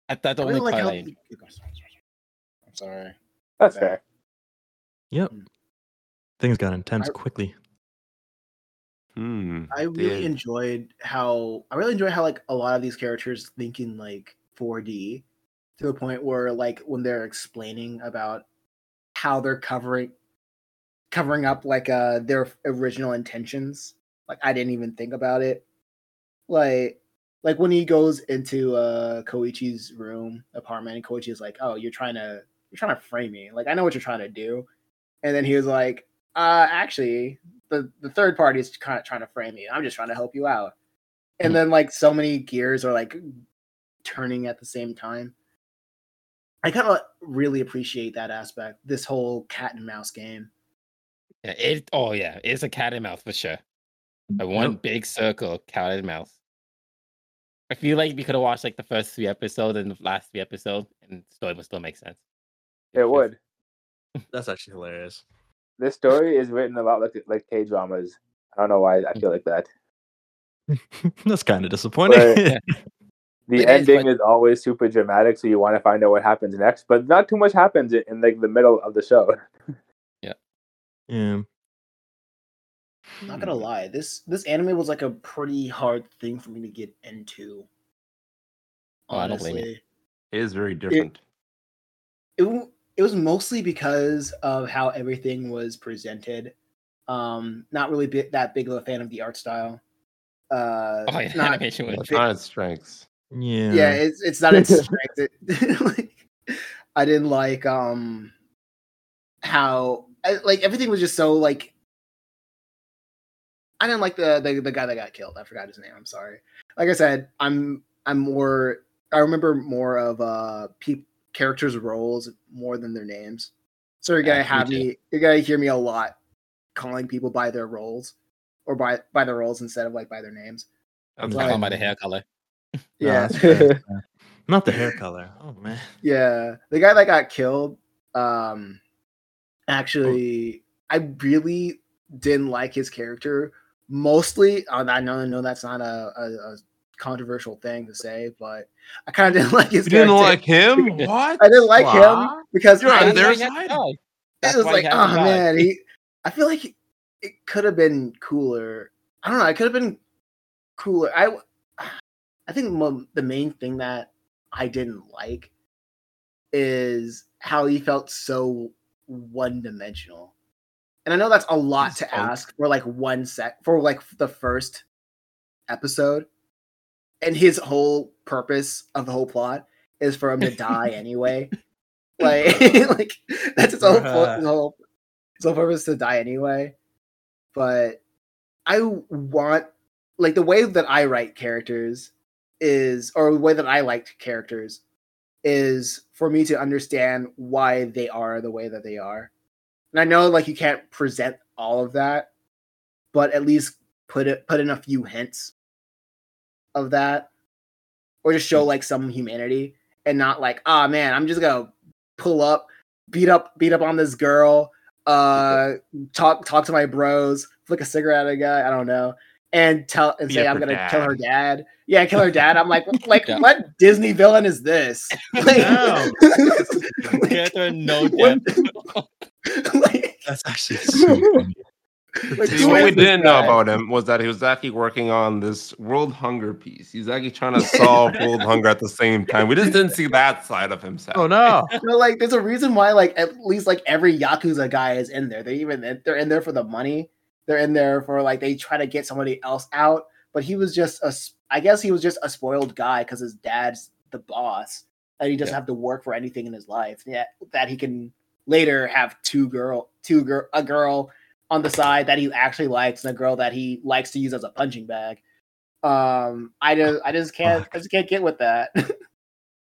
Speaker 4: I thought the
Speaker 5: I
Speaker 4: only
Speaker 5: really like
Speaker 4: part
Speaker 5: how-
Speaker 4: I enjoyed.
Speaker 5: I'm sorry.
Speaker 3: That's fair.
Speaker 6: Things got intense
Speaker 5: I-
Speaker 6: quickly.
Speaker 1: Hmm.
Speaker 5: I really
Speaker 1: Dude.
Speaker 5: enjoyed how I really enjoy how like a lot of these characters think in like 4D to the point where like when they're explaining about how they're covering covering up like uh their original intentions. Like I didn't even think about it. Like like when he goes into uh Koichi's room apartment and Koichi's like, "Oh, you're trying to you're trying to frame me. Like I know what you're trying to do." And then he was like, "Uh actually, the the third party is kind of trying to frame you. I'm just trying to help you out.
Speaker 4: Hmm.
Speaker 5: And then like so many gears are like turning at the same time. I kind of really appreciate that aspect. This whole cat and mouse game.
Speaker 4: Yeah, it oh yeah, it's a cat and mouse for sure. A one big circle of cat and mouse. I feel like we could have watched like the first three episodes and the last three episodes, and the story would still make sense.
Speaker 3: It would.
Speaker 6: That's actually hilarious.
Speaker 3: This story is written a lot like like K dramas. I don't know why I feel like that.
Speaker 6: (laughs) That's kind of disappointing.
Speaker 3: The
Speaker 4: It is,
Speaker 3: ending
Speaker 4: but-
Speaker 3: is always super dramatic, so you want to find out what happens next, but not too much happens in, in like the middle of the show.
Speaker 6: (laughs)
Speaker 3: (laughs)
Speaker 6: yeah.
Speaker 5: Not
Speaker 4: Hmm.
Speaker 5: gonna lie, this this anime was like a pretty hard thing for me to get into.
Speaker 4: Oh, I don't blame you.
Speaker 5: honestly.
Speaker 1: It is very different.
Speaker 5: it w- it was mostly because of how everything was presented. Um, not really bi- that big of a fan of the art style. Uh,
Speaker 4: Oh yeah, (laughs)
Speaker 5: not-
Speaker 4: animation was
Speaker 1: It's not its strengths.
Speaker 6: Yeah.
Speaker 5: yeah it's, it's not
Speaker 4: (laughs)
Speaker 5: its strength It- (laughs) like, i didn't like um how I, like everything was just so like i didn't like the, the the guy that got killed i forgot his name i'm sorry like i said i'm i'm more i remember more of uh peop characters roles more than their names So you're gonna
Speaker 4: Yeah, me
Speaker 5: have
Speaker 4: too.
Speaker 5: me. You're gonna hear me a lot calling people by their roles, or by by their roles instead of like by their names. Uh,
Speaker 4: I'm
Speaker 1: That's
Speaker 4: just calling
Speaker 1: fine.
Speaker 4: by the hair color.
Speaker 6: No,
Speaker 5: Yeah, (laughs)
Speaker 6: that's fair. Not the hair color. Oh man.
Speaker 5: yeah. The guy that got killed, um, actually, I really didn't like his character. Mostly, uh, I know, I know that's not a, a, a controversial thing to say, but I kind of (laughs) didn't like his
Speaker 6: You didn't
Speaker 5: character
Speaker 6: like him? What?
Speaker 5: I didn't like
Speaker 6: Why?
Speaker 5: him because
Speaker 6: You're
Speaker 5: I-
Speaker 6: on
Speaker 4: That's
Speaker 6: their
Speaker 4: why he had to
Speaker 6: side.
Speaker 4: die. That's
Speaker 5: it was
Speaker 4: why he
Speaker 5: like,
Speaker 4: had to
Speaker 5: oh
Speaker 4: die. (laughs)
Speaker 5: man, he, I feel like it could have been cooler. I don't know. It could have been cooler. I, (sighs) I think mo- the main thing that I didn't like is how he felt so one dimensional. And I know that's a lot
Speaker 1: He's
Speaker 5: to
Speaker 1: folk.
Speaker 5: ask for like one sec for like the first episode. And his whole purpose of the whole plot is for him to die anyway. Like, (laughs) like that's his whole, pl- his whole his whole purpose to die anyway. But I want like the way that I write characters is or the way that I like characters is for me to understand why they are the way that they are. And I know like you can't present all of that, but at least put it put in a few hints of that. Or just
Speaker 1: Hmm.
Speaker 5: show like some humanity and not like, ah man, I'm just gonna pull up, beat up beat up on this
Speaker 1: (laughs)
Speaker 5: girl, uh talk talk to my bros, flick a cigarette at a guy, I don't know, and tell and
Speaker 1: Beat
Speaker 5: say
Speaker 1: up
Speaker 5: I'm
Speaker 1: her
Speaker 5: gonna kill
Speaker 1: dad.
Speaker 5: her dad. Yeah, kill her
Speaker 1: (laughs)
Speaker 5: dad. I'm like, like
Speaker 4: Yeah.
Speaker 5: what Disney villain is this?
Speaker 6: Wow.
Speaker 5: Like,
Speaker 4: Character no
Speaker 5: (laughs) What-
Speaker 4: death.
Speaker 5: (laughs) like,
Speaker 6: That's (laughs) actually so funny.
Speaker 5: like,
Speaker 1: See,
Speaker 5: who
Speaker 1: what
Speaker 5: is
Speaker 1: we
Speaker 5: this
Speaker 1: didn't know
Speaker 5: guy?
Speaker 1: about him was that he was actually working on this world hunger piece. He's actually trying to
Speaker 5: (laughs)
Speaker 1: solve world hunger at the same time. We just didn't see that side of himself.
Speaker 6: Oh no. (laughs)
Speaker 5: No, like there's a reason why like at least like every yakuza guy is in there. They even they're in there for the money. They're in there for like they try to get somebody else out. But he was just a s- I guess he was just a spoiled guy because his dad's the boss and he doesn't have to work for anything in his life. Yeah, that he can later have two girl two girl a girl on the side that he actually likes and a girl that he likes to use as a punching bag. Um, I just I just can't I just can't get with that. (laughs)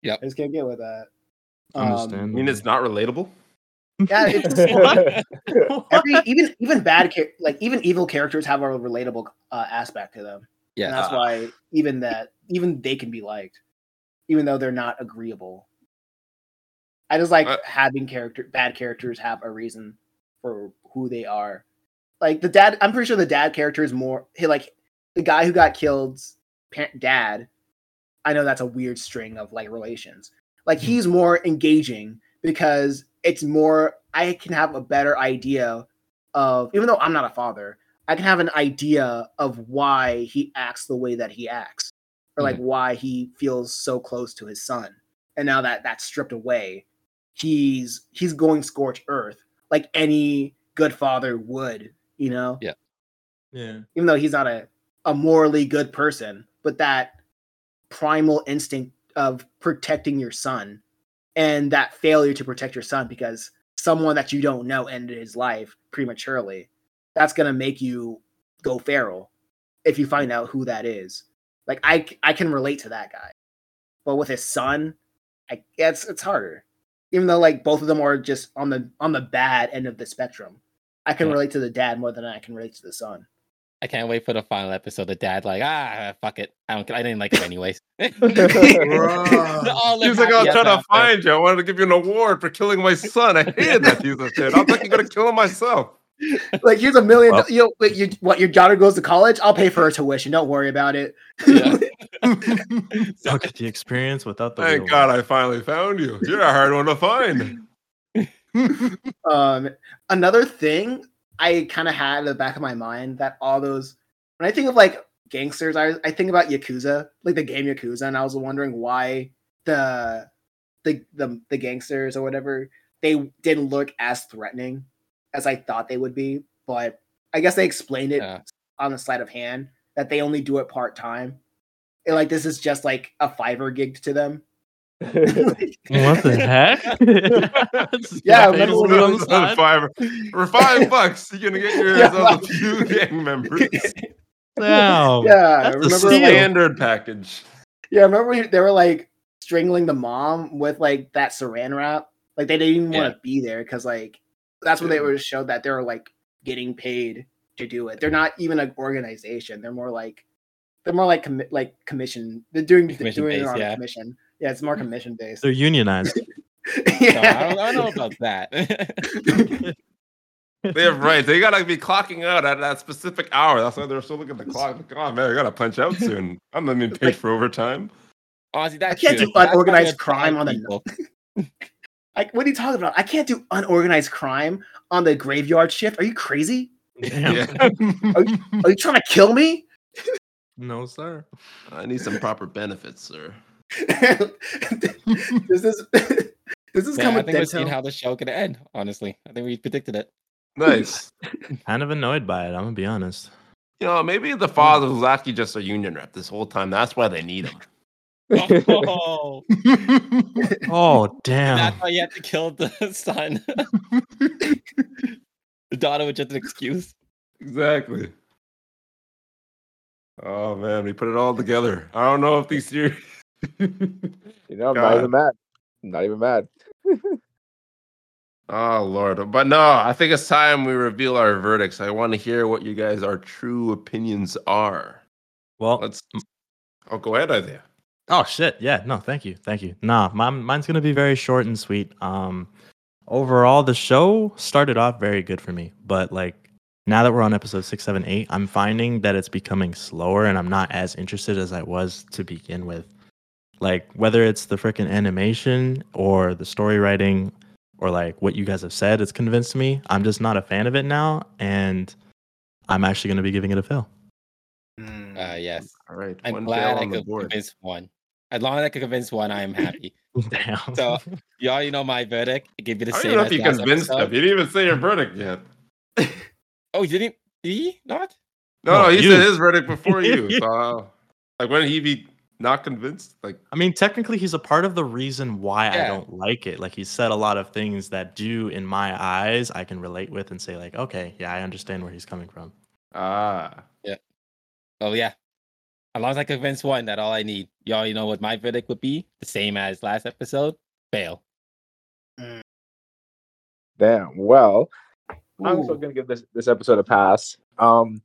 Speaker 4: Yep.
Speaker 5: I just can't get with that. Um,
Speaker 1: I
Speaker 6: Understand.
Speaker 1: mean, it's not relatable.
Speaker 6: (laughs)
Speaker 5: yeah, it's (laughs) every even even bad char- like even evil characters have a relatable uh, aspect to them.
Speaker 4: Yeah.
Speaker 5: and that's
Speaker 1: Uh,
Speaker 5: why even that even they can be liked, even though they're not agreeable. I just like
Speaker 1: I-
Speaker 5: having character bad characters have a reason for who they are. Like the dad, I'm pretty sure the dad character is more he like the guy who got killed's pa- dad. I know that's a weird string of like relations. Like he's more engaging because it's more I can have a better idea of even though I'm not a father, I can have an idea of why he acts the way that he acts or like why he feels so close to his son. And now that that's stripped away, he's he's going scorch earth like any good father would, you know?
Speaker 6: yeah.
Speaker 5: even though he's not a, a morally good person, but that primal instinct of protecting your son and that failure to protect your son because someone that you don't know ended his life prematurely, that's going to make you go feral if you find out who that is. Like I, c- I can relate to that guy, but with his son, I it's it's harder. Even though like both of them are just on the on the bad end of the spectrum, I can
Speaker 4: Yeah.
Speaker 5: relate to the dad more than I can relate to the son.
Speaker 4: I can't wait for the final episode. The dad like, ah, fuck it. I don't. I didn't like
Speaker 5: (laughs)
Speaker 4: it anyways. (laughs) They all
Speaker 1: He
Speaker 4: live
Speaker 1: was like, I was trying
Speaker 4: happy ever
Speaker 1: to
Speaker 4: after.
Speaker 1: find you. I wanted to give you an award for killing my son. I hated that piece of shit. I was like, going to kill him myself.
Speaker 5: (laughs) like here's a million
Speaker 1: Well-
Speaker 5: do- you know wait, you, what your daughter goes to college i'll pay for her tuition don't worry about it (laughs)
Speaker 4: Yeah.
Speaker 6: I'll get the experience without the.
Speaker 1: Thank
Speaker 6: real
Speaker 1: God
Speaker 6: one.
Speaker 1: I finally found you. You're a hard one to find. (laughs)
Speaker 5: um another thing i kind of had in the back of my mind that all those when i think of like gangsters i, I think about yakuza like the game yakuza and i was wondering why the the the, the gangsters or whatever they didn't look as threatening as i thought they would be but i guess they explained it
Speaker 4: Yeah.
Speaker 5: on the sleight of hand that they only do it part-time and like this is just like a fiver gig to them (laughs)
Speaker 6: What the (laughs) heck?
Speaker 5: Yeah,
Speaker 6: Like,
Speaker 5: remember when
Speaker 6: on
Speaker 1: Literally
Speaker 6: the side?
Speaker 1: five, for five bucks, you're going to get (laughs)
Speaker 5: Yeah,
Speaker 1: yourself
Speaker 5: like-
Speaker 1: a few gang (laughs) members.
Speaker 6: Wow.
Speaker 5: yeah
Speaker 6: That's a
Speaker 5: remember
Speaker 6: steal.
Speaker 5: like,
Speaker 1: Standard package.
Speaker 5: Yeah, remember when they were like strangling the mom with like that saran wrap? Like they didn't even
Speaker 4: Yeah.
Speaker 5: want to be there because like That's when they were showed that they're like getting paid to do it. They're not even an organization. They're more like they're more like commi- like commission. They're doing they're
Speaker 4: Commission
Speaker 5: doing it
Speaker 4: based,
Speaker 5: on
Speaker 4: yeah. Mm.
Speaker 5: commission. Yeah, it's more commission based. (laughs)
Speaker 6: They're unionized.
Speaker 4: No, I, don't, I don't know
Speaker 1: (laughs)
Speaker 4: about that.
Speaker 1: They have rights. They gotta be clocking out at that specific hour. That's why they're still looking at the clock. Like, oh man, I gotta punch out soon. I'm not being paid for overtime.
Speaker 4: (laughs) Honestly, that
Speaker 5: can't
Speaker 4: shit-
Speaker 5: do
Speaker 4: that's
Speaker 5: unorganized
Speaker 4: not gonna
Speaker 5: crime on the-
Speaker 4: find
Speaker 5: (laughs)
Speaker 4: people.
Speaker 5: Like, what are you talking about? I can't do unorganized crime on the graveyard shift. Are you
Speaker 4: (laughs)
Speaker 5: crazy?
Speaker 6: (laughs) Damn.
Speaker 5: Are you trying to kill me? (laughs)
Speaker 6: No, sir.
Speaker 1: (laughs) I need some proper benefits, sir.
Speaker 5: does (laughs) this does this
Speaker 4: Yeah,
Speaker 5: come
Speaker 4: I
Speaker 5: with
Speaker 4: think we've seen
Speaker 5: dental?
Speaker 4: how the show could end. Honestly, I think we predicted
Speaker 5: (laughs)
Speaker 4: it.
Speaker 1: Nice.
Speaker 6: Kind of annoyed by it. I'm gonna be honest.
Speaker 1: You know, maybe the father was actually just a union rep this whole time. That's why they need him.
Speaker 4: Oh,
Speaker 1: (laughs)
Speaker 6: Oh damn.
Speaker 4: (laughs) that's why you had to kill the (laughs) son.
Speaker 5: (laughs)
Speaker 4: the daughter was just an excuse.
Speaker 1: Exactly. Oh man, we put it all together. I don't know if these (laughs) series.
Speaker 3: You know, I'm not even mad. I'm not even mad.
Speaker 1: Oh Lord. But no, I think it's time we reveal our verdicts. I want to hear what you guys our true opinions are.
Speaker 6: Well,
Speaker 1: Let's Oh go ahead, Isaiah.
Speaker 6: Oh shit! Yeah, no, thank you, thank you. Nah, mine, mine's gonna be very short and sweet. Um, overall, the show started off very good for me, but like now that we're on episode six, seven, eight, I'm finding that it's becoming slower, and I'm not as interested as I was to begin with. Like whether it's the freaking animation or the story writing, or like what you guys have said, it's convinced me. I'm just not a fan of it now, and I'm actually gonna be giving it a fail. (laughs)
Speaker 4: Uh, yes,
Speaker 1: All right.
Speaker 4: I'm
Speaker 1: one
Speaker 4: glad
Speaker 1: fail
Speaker 4: I
Speaker 1: on the
Speaker 4: could
Speaker 1: board.
Speaker 4: convince one. As long as I could convince one, I am happy.
Speaker 6: Damn.
Speaker 1: (laughs)
Speaker 4: So- you already know my verdict. I give you the
Speaker 1: I
Speaker 4: same.
Speaker 1: don't even know
Speaker 4: as
Speaker 1: if you
Speaker 4: last
Speaker 1: convinced
Speaker 4: episode.
Speaker 1: him. You didn't even say your verdict yet.
Speaker 4: Oh, you didn't? Did he not?
Speaker 1: No,
Speaker 6: No,
Speaker 1: no, he
Speaker 6: you.
Speaker 1: said his verdict (laughs) before you. So, uh, like, wouldn't he be not convinced? Like,
Speaker 6: I mean, technically, he's a part of the reason why I
Speaker 4: Yeah.
Speaker 6: don't like it. Like, he said a lot of things that do, in my eyes, I can relate with and say, like, okay, yeah, I understand where he's coming
Speaker 4: (laughs)
Speaker 6: from.
Speaker 1: ah,
Speaker 4: Oh yeah. As long as I convince one, that all I need. You already know what my verdict would be. The same as last episode. Fail.
Speaker 3: Damn. Well, I'm
Speaker 5: Ooh.
Speaker 3: still gonna give this this episode a pass. Um,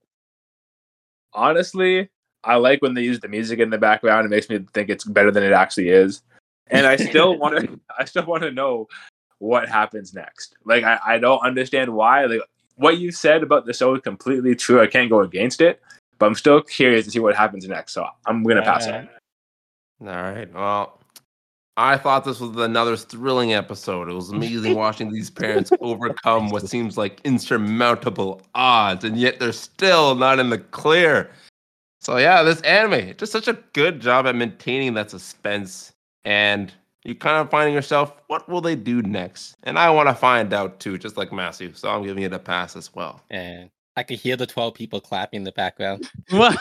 Speaker 3: honestly, I like when they use the music in the background. It makes me think it's better than it actually is, and I (laughs) still want to. I still want to know what happens next. Like, I, I don't understand why. Like, what you said about the show is completely true. I can't go against it, but I'm still curious to see what happens next. So I'm gonna pass it.
Speaker 1: all right. Well, I thought this was another thrilling episode. It was amazing watching these parents overcome what seems like insurmountable odds, and yet they're still not in the clear. So, yeah, this anime just such a good job at maintaining that suspense, and you're kind of finding yourself, what will they do next? And I want to find out too, just like Matthew. So, I'm giving it a pass as well. (laughs)
Speaker 4: And I could hear the 12 people clapping in the background.
Speaker 6: (laughs) What?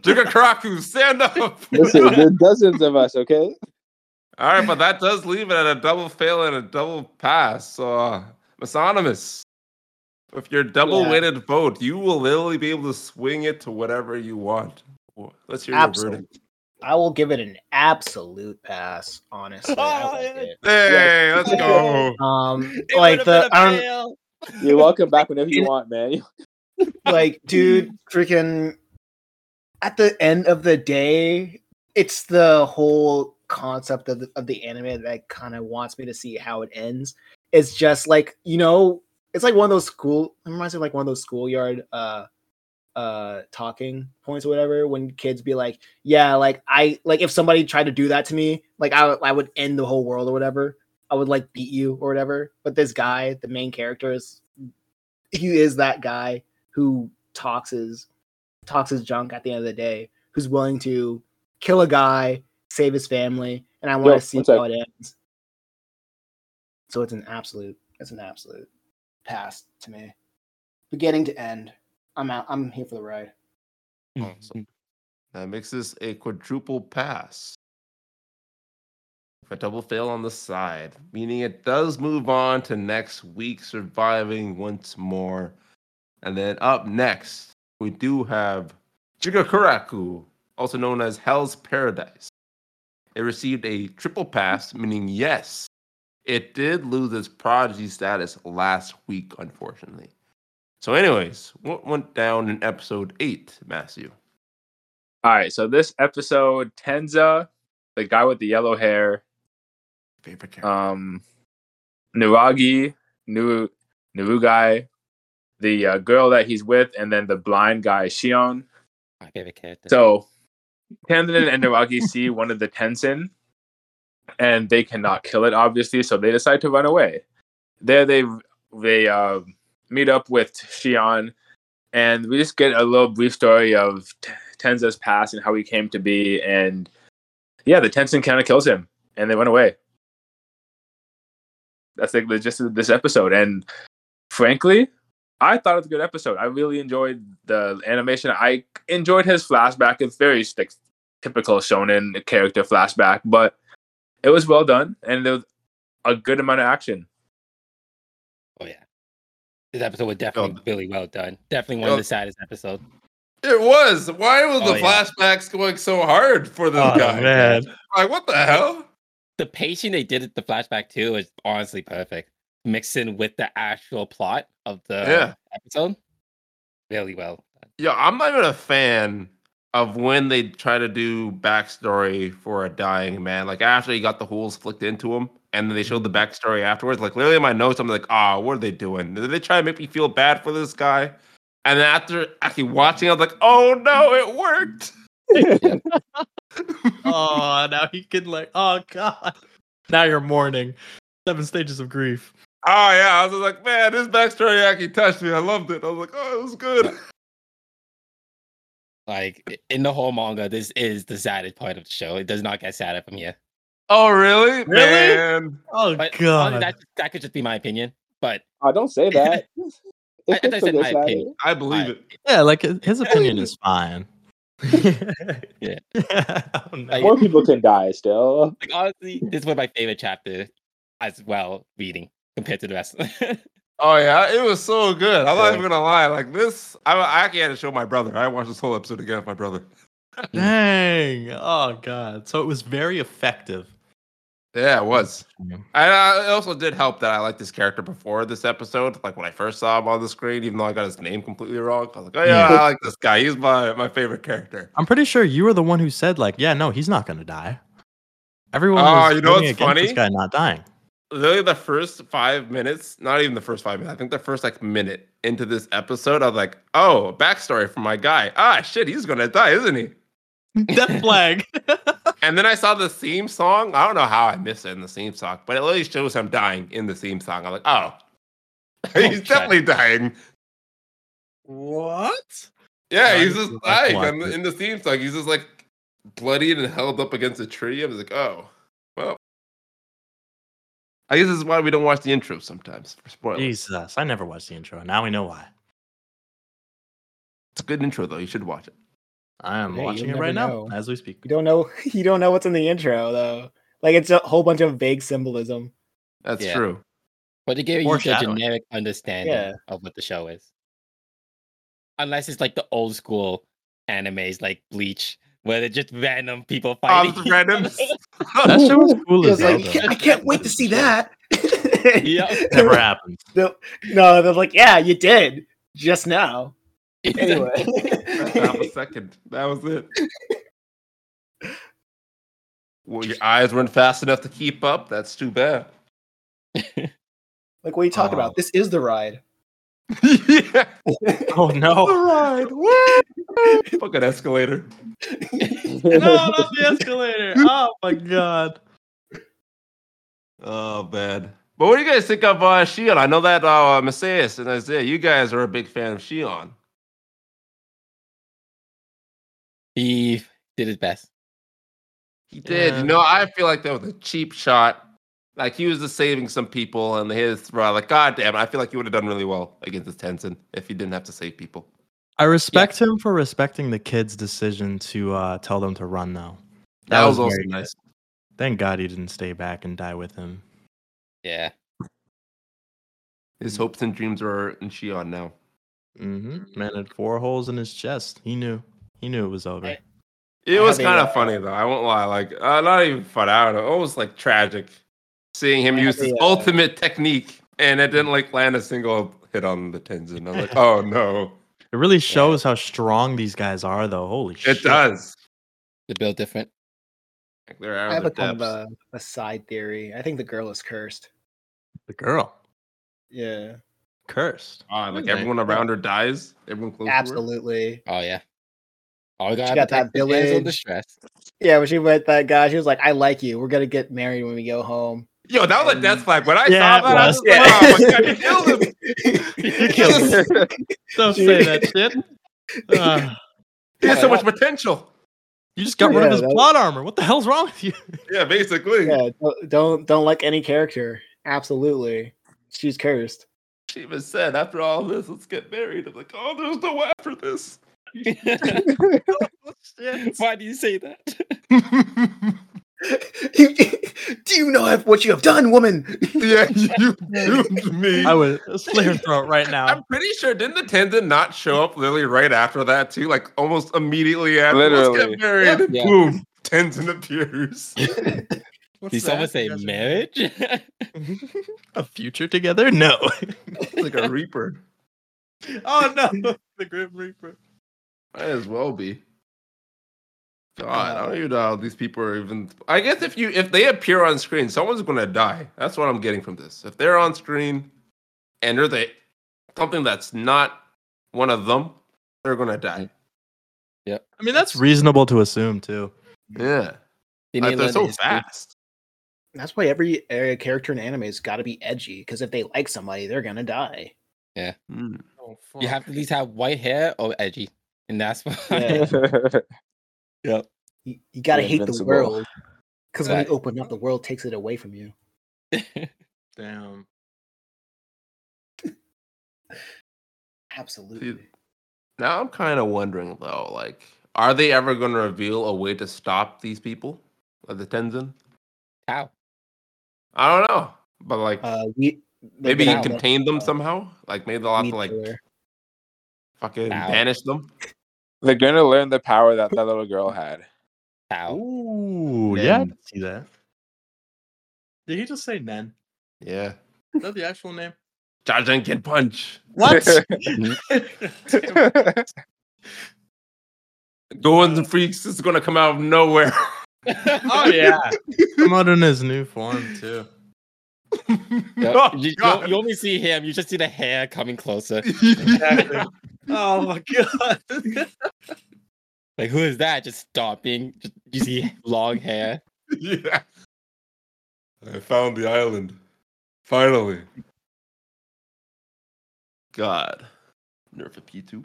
Speaker 1: Jigakaraku, stand up.
Speaker 3: (laughs) (laughs) Listen, there are dozens of us. Okay.
Speaker 1: All right, but that does leave it at a double fail and a double pass. So, uh, Masonymous, with your double weighted vote, you will literally be able to swing it to whatever you want. Wh- Let's hear your
Speaker 5: Absolute.
Speaker 1: verdict.
Speaker 5: I will give it an absolute pass. Honestly, I
Speaker 4: (laughs)
Speaker 5: like
Speaker 1: (laughs)
Speaker 5: it.
Speaker 1: Hey, let's go.
Speaker 5: um, like the I don't
Speaker 3: You're welcome back whenever (laughs) you want, man.
Speaker 5: like dude freaking at the end of the day it's the whole concept of the, of the anime that kind of wants me to see how it ends it's just like you know it's like one of those school it reminds me of like one of those schoolyard uh uh talking points or whatever when kids be like yeah like i like if somebody tried to do that to me like i, I would end the whole world or whatever i would like beat you or whatever but this guy the main character is he is that guy who talks his talks his junk at the end of the day, who's willing to kill a guy, save his family, and I want
Speaker 3: one
Speaker 5: to see
Speaker 3: sec.
Speaker 5: how it ends. So it's an absolute it's an absolute pass to me. Beginning to end. I'm out I'm here for the ride.
Speaker 1: Awesome. That makes this a quadruple pass. A double fail on the side, meaning it does move on to next week, surviving once more. And then up next, we do have Jigakuraku, also known as Hell's Paradise. It received a triple pass, meaning yes, It did lose its prodigy status last week, unfortunately. So, anyways, what went down in episode eight, Matthew?
Speaker 3: All right, so this episode, Tenza, the guy with the yellow hair,
Speaker 1: Favorite character.
Speaker 3: um, Nuragi, Nuru, Nurugai, the uh, girl that he's with, and then the blind guy, Shion.
Speaker 4: My favorite
Speaker 3: (laughs)
Speaker 4: character.
Speaker 3: So Tenzin and Naragi see one of the Tenzin and they cannot kill it, obviously, so they decide to run away. There they they uh, meet up with Shion and we just get a little brief story of T- Tenza's past and how he came to be and yeah, the Tenzin kind of kills him and they run away. That's like the gist of this episode. And frankly, I thought it was a good episode. I really enjoyed the animation. I enjoyed his flashback. It's very like, typical shonen character flashback, but it was well done and there was a good amount of action.
Speaker 4: oh yeah, this episode was definitely really well done. Definitely one
Speaker 1: Yo.
Speaker 4: of the saddest episodes.
Speaker 1: it was. Why was
Speaker 4: Oh,
Speaker 1: the
Speaker 4: yeah.
Speaker 1: flashbacks going so hard for this
Speaker 6: Oh,
Speaker 1: guy?
Speaker 6: man.
Speaker 1: Like, what the hell?
Speaker 4: The pacing they did at the flashback too is honestly perfect. Mixed in with the actual plot of the
Speaker 1: Yeah.
Speaker 4: episode, really well.
Speaker 1: Yeah, I'm not even a fan of when they try to do backstory for a dying man. Like after he got the holes flicked into him, and then they showed the backstory afterwards. Like literally in my notes, I'm like, ah, what are they doing? Did they try to make me feel bad for this guy? And then after actually watching, I was like, oh no, it worked.
Speaker 6: oh, now he can like. Oh God. Now you're mourning. Seven stages of grief.
Speaker 1: Oh yeah, I was just like, man, this backstory actually touched me. I loved it. I was like, oh, it was good.
Speaker 4: Like i- in the whole manga, this is the saddest part of the show. It does not get sadder from here.
Speaker 1: Oh really? Man.
Speaker 6: Oh
Speaker 4: But uh,
Speaker 6: God.
Speaker 4: that that could just be my opinion. But (laughs)
Speaker 3: Oh, don't say
Speaker 4: that. I- I
Speaker 3: It's
Speaker 4: thought you said my opinion.
Speaker 1: I believe it.
Speaker 6: Yeah, like uh, his
Speaker 4: (laughs)
Speaker 6: his opinion is fine. (laughs)
Speaker 4: Yeah.
Speaker 6: Oh, no.
Speaker 4: Like- More
Speaker 3: people can die still.
Speaker 4: like honestly, this was my favorite chapter as well. Reading compared to the rest. (laughs)
Speaker 1: Oh yeah, it was so good. I'm not
Speaker 4: Yeah.
Speaker 1: even gonna lie. Like this, I, I actually had to show my brother. I watched this whole episode again with my brother.
Speaker 6: Dang. Oh God. So it was very effective.
Speaker 1: Yeah, it was.
Speaker 6: Yeah.
Speaker 1: And uh, it also did help that I liked this character before this episode. Like when I first saw him on the screen, even though I got his name completely wrong, I was like, oh yeah,
Speaker 6: Yeah.
Speaker 1: I like this guy. He's my my favorite character.
Speaker 6: I'm pretty sure you were the one who said like, yeah, no, he's not gonna die. Everyone
Speaker 1: Oh,
Speaker 6: was
Speaker 1: you know
Speaker 6: voting
Speaker 1: what's
Speaker 6: against This
Speaker 1: funny?
Speaker 6: guy not dying.
Speaker 1: Literally, the first five minutes, not even the first five minutes. I think the first like minute into this episode, I was like, oh, backstory for my guy. Ah, shit, he's gonna die, isn't he?
Speaker 6: (laughs) Death flag. (laughs)
Speaker 1: And then I saw the theme song. I don't know how I missed it in the theme song, but it literally shows him dying in the theme song. I'm like, oh, (laughs) he's
Speaker 4: Okay.
Speaker 1: definitely dying.
Speaker 6: what?
Speaker 1: Yeah,
Speaker 6: No, I
Speaker 1: he's
Speaker 6: didn't
Speaker 1: just
Speaker 6: see that
Speaker 1: dying
Speaker 6: one.
Speaker 1: in the, in the theme song. He's just like bloodied and held up against a tree. I was like, oh, well. I guess this is why we don't watch the intro sometimes for spoilers.
Speaker 6: Jesus, I never watched the intro. Now we know why.
Speaker 1: It's a good intro though. You should watch it.
Speaker 6: I am
Speaker 5: Yeah, you'll
Speaker 6: watching it
Speaker 5: never
Speaker 6: right
Speaker 5: know.
Speaker 6: now as we (laughs) speak.
Speaker 5: You don't know. (laughs) You don't know what's in the intro though. Like it's a whole bunch of vague symbolism.
Speaker 1: That's
Speaker 4: Yeah.
Speaker 1: true.
Speaker 4: But it gave you a
Speaker 6: Foreshadowing.
Speaker 4: generic understanding
Speaker 5: Yeah.
Speaker 4: of what the show is. Unless it's like the old school animes like Bleach, where they're just random people fighting.
Speaker 1: Um,
Speaker 4: each (laughs)
Speaker 1: random.
Speaker 4: other.
Speaker 6: That shit was cool
Speaker 5: It
Speaker 6: as
Speaker 5: was
Speaker 6: hell.
Speaker 5: like,
Speaker 6: though.
Speaker 5: I can't wait to see that.
Speaker 4: Yeah.
Speaker 6: Never happened.
Speaker 5: (laughs) No, they're like, yeah, you did just now.
Speaker 4: It's like,
Speaker 5: Anyway.
Speaker 1: half
Speaker 6: (laughs)
Speaker 1: a second. That was it. Well, your eyes weren't fast enough to keep up. That's too bad.
Speaker 5: (laughs) like, what are you talking
Speaker 6: Oh.
Speaker 5: about? This is the ride.
Speaker 1: (laughs) yeah.
Speaker 6: (laughs) Oh no.
Speaker 1: ride. (laughs) What? Fucking escalator.
Speaker 6: (laughs) no, not the escalator. Oh my god.
Speaker 1: Oh, bad. But what do you guys think of uh, Shion? I know that uh, Messias and Isaiah, you guys are a big fan of Shion.
Speaker 4: (laughs) he did his best.
Speaker 1: He did.
Speaker 6: Yeah.
Speaker 1: You know, I feel like that was a cheap shot. Like he was just saving some people, and his uh, like, God damn, it, I feel like he would have done really well against this Tenzin if he didn't have to save people.
Speaker 6: I respect him for respecting the kid's decision to uh, tell them to run though.
Speaker 1: That, was, also
Speaker 6: very good.
Speaker 1: nice.
Speaker 6: Thank God he didn't stay back and die with him.
Speaker 4: Yeah.
Speaker 1: His hopes and dreams are in Shion now.
Speaker 6: Mm-hmm. Man had four holes in his chest. He knew. He knew it was over.
Speaker 4: Right.
Speaker 1: It
Speaker 5: I
Speaker 1: was
Speaker 5: have a,
Speaker 1: kind
Speaker 5: uh,
Speaker 1: of funny though. I won't lie. Like, uh, not even funny. I don't know. Almost like tragic seeing him
Speaker 4: Yeah,
Speaker 1: use his
Speaker 4: the, uh,
Speaker 1: ultimate technique, and it didn't like land a single hit on the Tenzin. I'm like, oh no,
Speaker 6: It really shows how strong these guys are, though. Holy (laughs) shit!
Speaker 1: it does.
Speaker 4: The build different.
Speaker 1: Like, they're out
Speaker 5: I have a
Speaker 1: of their
Speaker 5: kind of
Speaker 1: depths.
Speaker 5: a, a side theory. I think the girl is cursed.
Speaker 6: The girl
Speaker 5: Yeah,
Speaker 6: cursed.
Speaker 1: Ah, like
Speaker 6: Really?
Speaker 1: everyone around her dies. Everyone close. to her.
Speaker 5: absolutely.
Speaker 4: Oh yeah. Oh, we
Speaker 5: got that village.
Speaker 4: distress.
Speaker 5: Yeah, when she met that guy, she was like, "I like you. We're gonna get married when we go home."
Speaker 1: Yo, that was a death flag. When I
Speaker 6: Yeah,
Speaker 1: saw that, I was
Speaker 6: it
Speaker 1: like, oh my
Speaker 6: (laughs)
Speaker 1: god, you killed him.
Speaker 6: You killed her. Don't say that shit. (laughs) Ah,
Speaker 1: He had so much potential.
Speaker 6: you just got rid of
Speaker 5: Yeah,
Speaker 6: his
Speaker 5: that-
Speaker 6: plot armor. What the hell's wrong with you? (laughs)
Speaker 1: Yeah, basically.
Speaker 5: yeah, don't- don't don't like any character. Absolutely, she's cursed.
Speaker 1: She even said, after all this, let's get married. I'm like, oh, there's no way after this.
Speaker 6: Oh,
Speaker 4: (laughs) Why do you say that?
Speaker 5: You- Do you know what you have done, woman?
Speaker 1: (laughs) yeah, you doomed me.
Speaker 6: I would slit her throat right now.
Speaker 1: I'm pretty sure didn't the tendon not show up literally right after that too? Like almost immediately after let's
Speaker 3: Literally.
Speaker 1: get married. and
Speaker 4: Yeah.
Speaker 1: Boom. Tenzin appears. (laughs)
Speaker 6: What's
Speaker 4: Did someone say marriage? (laughs)
Speaker 6: a future together? No.
Speaker 1: like a reaper.
Speaker 6: (laughs) oh no, the Grim Reaper.
Speaker 1: Might as well be. God, I don't even know how these people are even. I guess if you if they appear on screen, someone's gonna die. That's what I'm getting from this. If they're on screen, and there's a something that's not one of them, they're gonna die.
Speaker 6: I mean, that's reasonable to assume too.
Speaker 1: Yeah,
Speaker 4: They need
Speaker 1: like,
Speaker 4: to
Speaker 1: they're
Speaker 4: learn
Speaker 1: so
Speaker 4: the history.
Speaker 1: fast.
Speaker 5: That's why every uh, character in anime has got to be edgy because if they like somebody, they're gonna die.
Speaker 1: Mm.
Speaker 6: Oh,
Speaker 4: You have to at least have white hair or edgy, and that's (laughs) why.
Speaker 3: (laughs)
Speaker 5: Yeah.
Speaker 4: Yep.
Speaker 5: You, you gotta
Speaker 3: You're
Speaker 5: hate
Speaker 3: invincible.
Speaker 5: the world because when
Speaker 4: Right.
Speaker 5: you open up, the world takes it away from you.
Speaker 6: Damn.
Speaker 5: Absolutely.
Speaker 1: Now I'm kind of wondering though, like, are they ever gonna reveal a way to stop these people, like the Tenzin?
Speaker 4: (laughs) How?
Speaker 1: I don't know, but like
Speaker 5: Uh, we
Speaker 1: maybe
Speaker 4: you
Speaker 1: you
Speaker 4: how?
Speaker 1: contain them somehow. Like maybe they'll have to like fucking
Speaker 4: How?
Speaker 1: banish them.
Speaker 3: They're gonna learn the power that that little girl had.
Speaker 4: How?
Speaker 6: Ooh, yeah, I
Speaker 1: Nen.
Speaker 6: can see that. Did he just say Nen?
Speaker 1: Yeah.
Speaker 6: Is that the actual (laughs) name?
Speaker 1: Sergeant Kid Punch.
Speaker 6: What?
Speaker 1: Goins and Freaks is gonna come out of nowhere. (laughs)
Speaker 6: oh (laughs) yeah. Come out in his new form too.
Speaker 4: Yep.
Speaker 1: Oh,
Speaker 4: you, you-
Speaker 1: God.
Speaker 4: you only see him. You just see the hair coming closer.
Speaker 6: Exactly. oh my god. (laughs)
Speaker 4: Like who is that? Just stomping. Just, you see long hair.
Speaker 1: yeah. I found the island. Finally. God. Nerf a P2.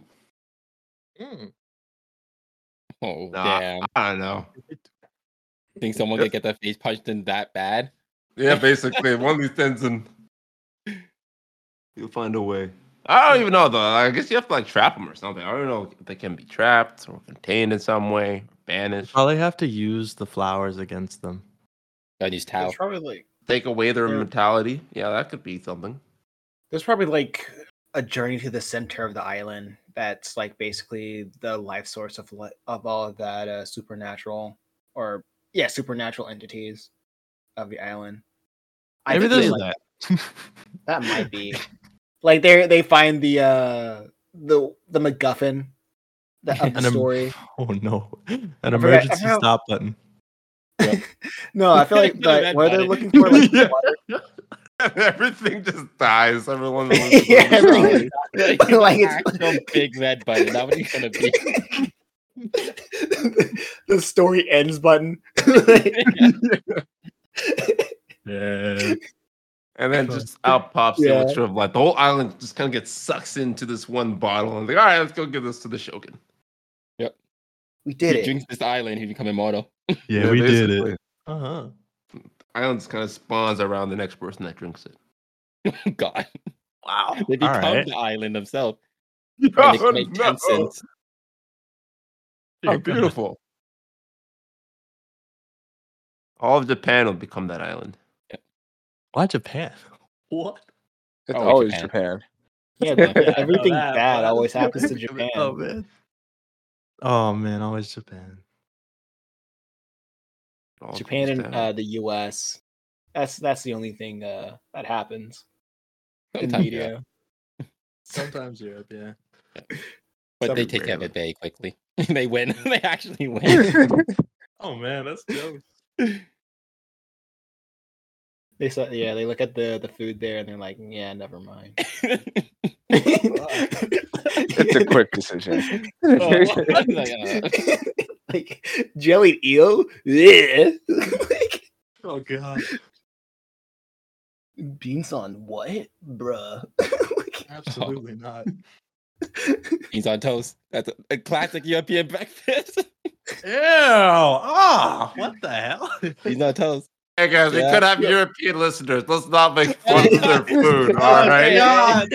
Speaker 6: Hmm.
Speaker 4: Oh
Speaker 1: Nah.
Speaker 4: damn!
Speaker 1: I don't know.
Speaker 4: Think someone could get their face punched in that bad?
Speaker 1: Yeah, basically, one of these things, and you'll find a way. I don't even know though. I guess you have to like trap them or something. I don't know if they can be trapped or contained in some way, banished,
Speaker 6: Probably have to use the flowers against them.
Speaker 4: I use towel.
Speaker 5: There's probably like
Speaker 1: take away their
Speaker 5: Yeah.
Speaker 1: mentality. Yeah, that could be something.
Speaker 5: there's probably like a journey to the center of the island that's like basically the life source of li- of all of that uh, supernatural or yeah supernatural entities of the island. I
Speaker 6: Maybe
Speaker 5: think
Speaker 6: there's
Speaker 5: like- That might be. (laughs) like they they find the uh the the MacGuffin the, of the
Speaker 6: An em-
Speaker 5: story.
Speaker 6: (laughs) Oh no. An
Speaker 5: I
Speaker 6: emergency
Speaker 5: forgot-
Speaker 6: stop button.
Speaker 5: No, I feel (laughs) like
Speaker 4: No,
Speaker 5: the,
Speaker 4: that
Speaker 5: where
Speaker 4: got
Speaker 5: they're
Speaker 4: it.
Speaker 5: looking for like
Speaker 1: Yeah.
Speaker 5: water-
Speaker 1: (laughs) Everything just dies. (laughs) Everyone.
Speaker 5: (laughs) Yeah, everything-
Speaker 4: (laughs) like,
Speaker 5: Like, it's-
Speaker 4: actual big red button. That would gonna be.
Speaker 5: (laughs) the story ends (laughs) button. Like,
Speaker 6: Yeah.
Speaker 1: and then just out pops the
Speaker 5: Yeah.
Speaker 1: elixir of life. The whole island just kind of gets sucks into this one bottle. And like, all right, let's go give this to the Shogun.
Speaker 5: we
Speaker 4: He
Speaker 5: did it.
Speaker 4: drinks this island. He become immortal. (laughs)
Speaker 6: Yeah, we did
Speaker 1: basically.
Speaker 6: it. Uh-huh.
Speaker 1: Island just kind of spawns around the next person that drinks it.
Speaker 4: Oh, God,
Speaker 6: Wow.
Speaker 4: they become
Speaker 6: right.
Speaker 4: the island themselves.
Speaker 1: Oh,
Speaker 4: Trying to make
Speaker 1: no.
Speaker 4: 10 cents.
Speaker 6: Oh,
Speaker 1: How beautiful. All of Japan will become that island.
Speaker 6: Why Japan? What?
Speaker 3: It's
Speaker 4: Oh,
Speaker 3: always
Speaker 4: Japan.
Speaker 6: (laughs)
Speaker 3: Japan.
Speaker 5: Yeah,
Speaker 4: Yeah, I know
Speaker 5: (laughs) everything
Speaker 6: that,
Speaker 5: bad
Speaker 6: but- (laughs)
Speaker 5: always happens to Japan.
Speaker 6: Oh man. Oh man, always Japan.
Speaker 1: It all
Speaker 5: Japan
Speaker 1: comes
Speaker 5: and
Speaker 1: down.
Speaker 5: uh, the U.S. That's that's the only thing uh, that happens in
Speaker 4: Sometimes,
Speaker 5: media.
Speaker 4: yeah.
Speaker 6: Sometimes Europe, yeah.
Speaker 4: But they
Speaker 6: Sometimes
Speaker 4: take care of
Speaker 6: rarely.
Speaker 4: it very quickly. (laughs) they win. they actually win.
Speaker 6: Oh man, that's dope.
Speaker 5: They saw, yeah, they look at the the food there and they're like, yeah,
Speaker 6: (laughs)
Speaker 5: never mind.
Speaker 3: It's a quick decision.
Speaker 4: Oh, I'm like, uh,
Speaker 5: (laughs) like jellied eel, yeah. (laughs) like
Speaker 6: oh god,
Speaker 5: beans on what, bruh? (laughs) Like,
Speaker 6: absolutely not.
Speaker 4: (laughs) beans on toast. That's a, a classic European breakfast.
Speaker 6: (laughs) Ew! Ah, what the (laughs) hell?
Speaker 4: beans on toast.
Speaker 1: Hey guys, we
Speaker 4: Yeah.
Speaker 1: could have European listeners. Let's not make
Speaker 4: (laughs)
Speaker 1: fun of their food,
Speaker 5: Oh,
Speaker 1: all
Speaker 6: (laughs)
Speaker 1: right?
Speaker 5: God.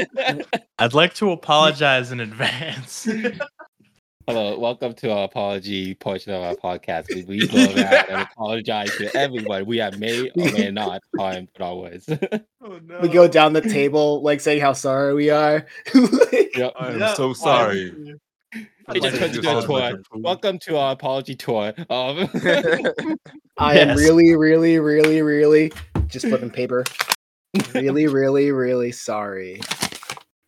Speaker 6: I'd like to apologize in (laughs) advance.
Speaker 4: Hello, welcome to our apology portion of our podcast. We, we go around and apologize to everyone. We have may or may not harmed with our words.
Speaker 6: oh no.
Speaker 5: we go down the table, like saying how sorry we are. (laughs) Like,
Speaker 4: (laughs) Yep.
Speaker 1: I'm so sorry.
Speaker 4: It just
Speaker 1: like
Speaker 4: turns
Speaker 1: to
Speaker 4: into a
Speaker 1: apologize
Speaker 4: tour. Welcome to our apology tour. Um,
Speaker 5: (laughs) I am
Speaker 6: Yes.
Speaker 5: really, really, really, really just flipping paper.
Speaker 1: (laughs)
Speaker 5: really, really, really sorry.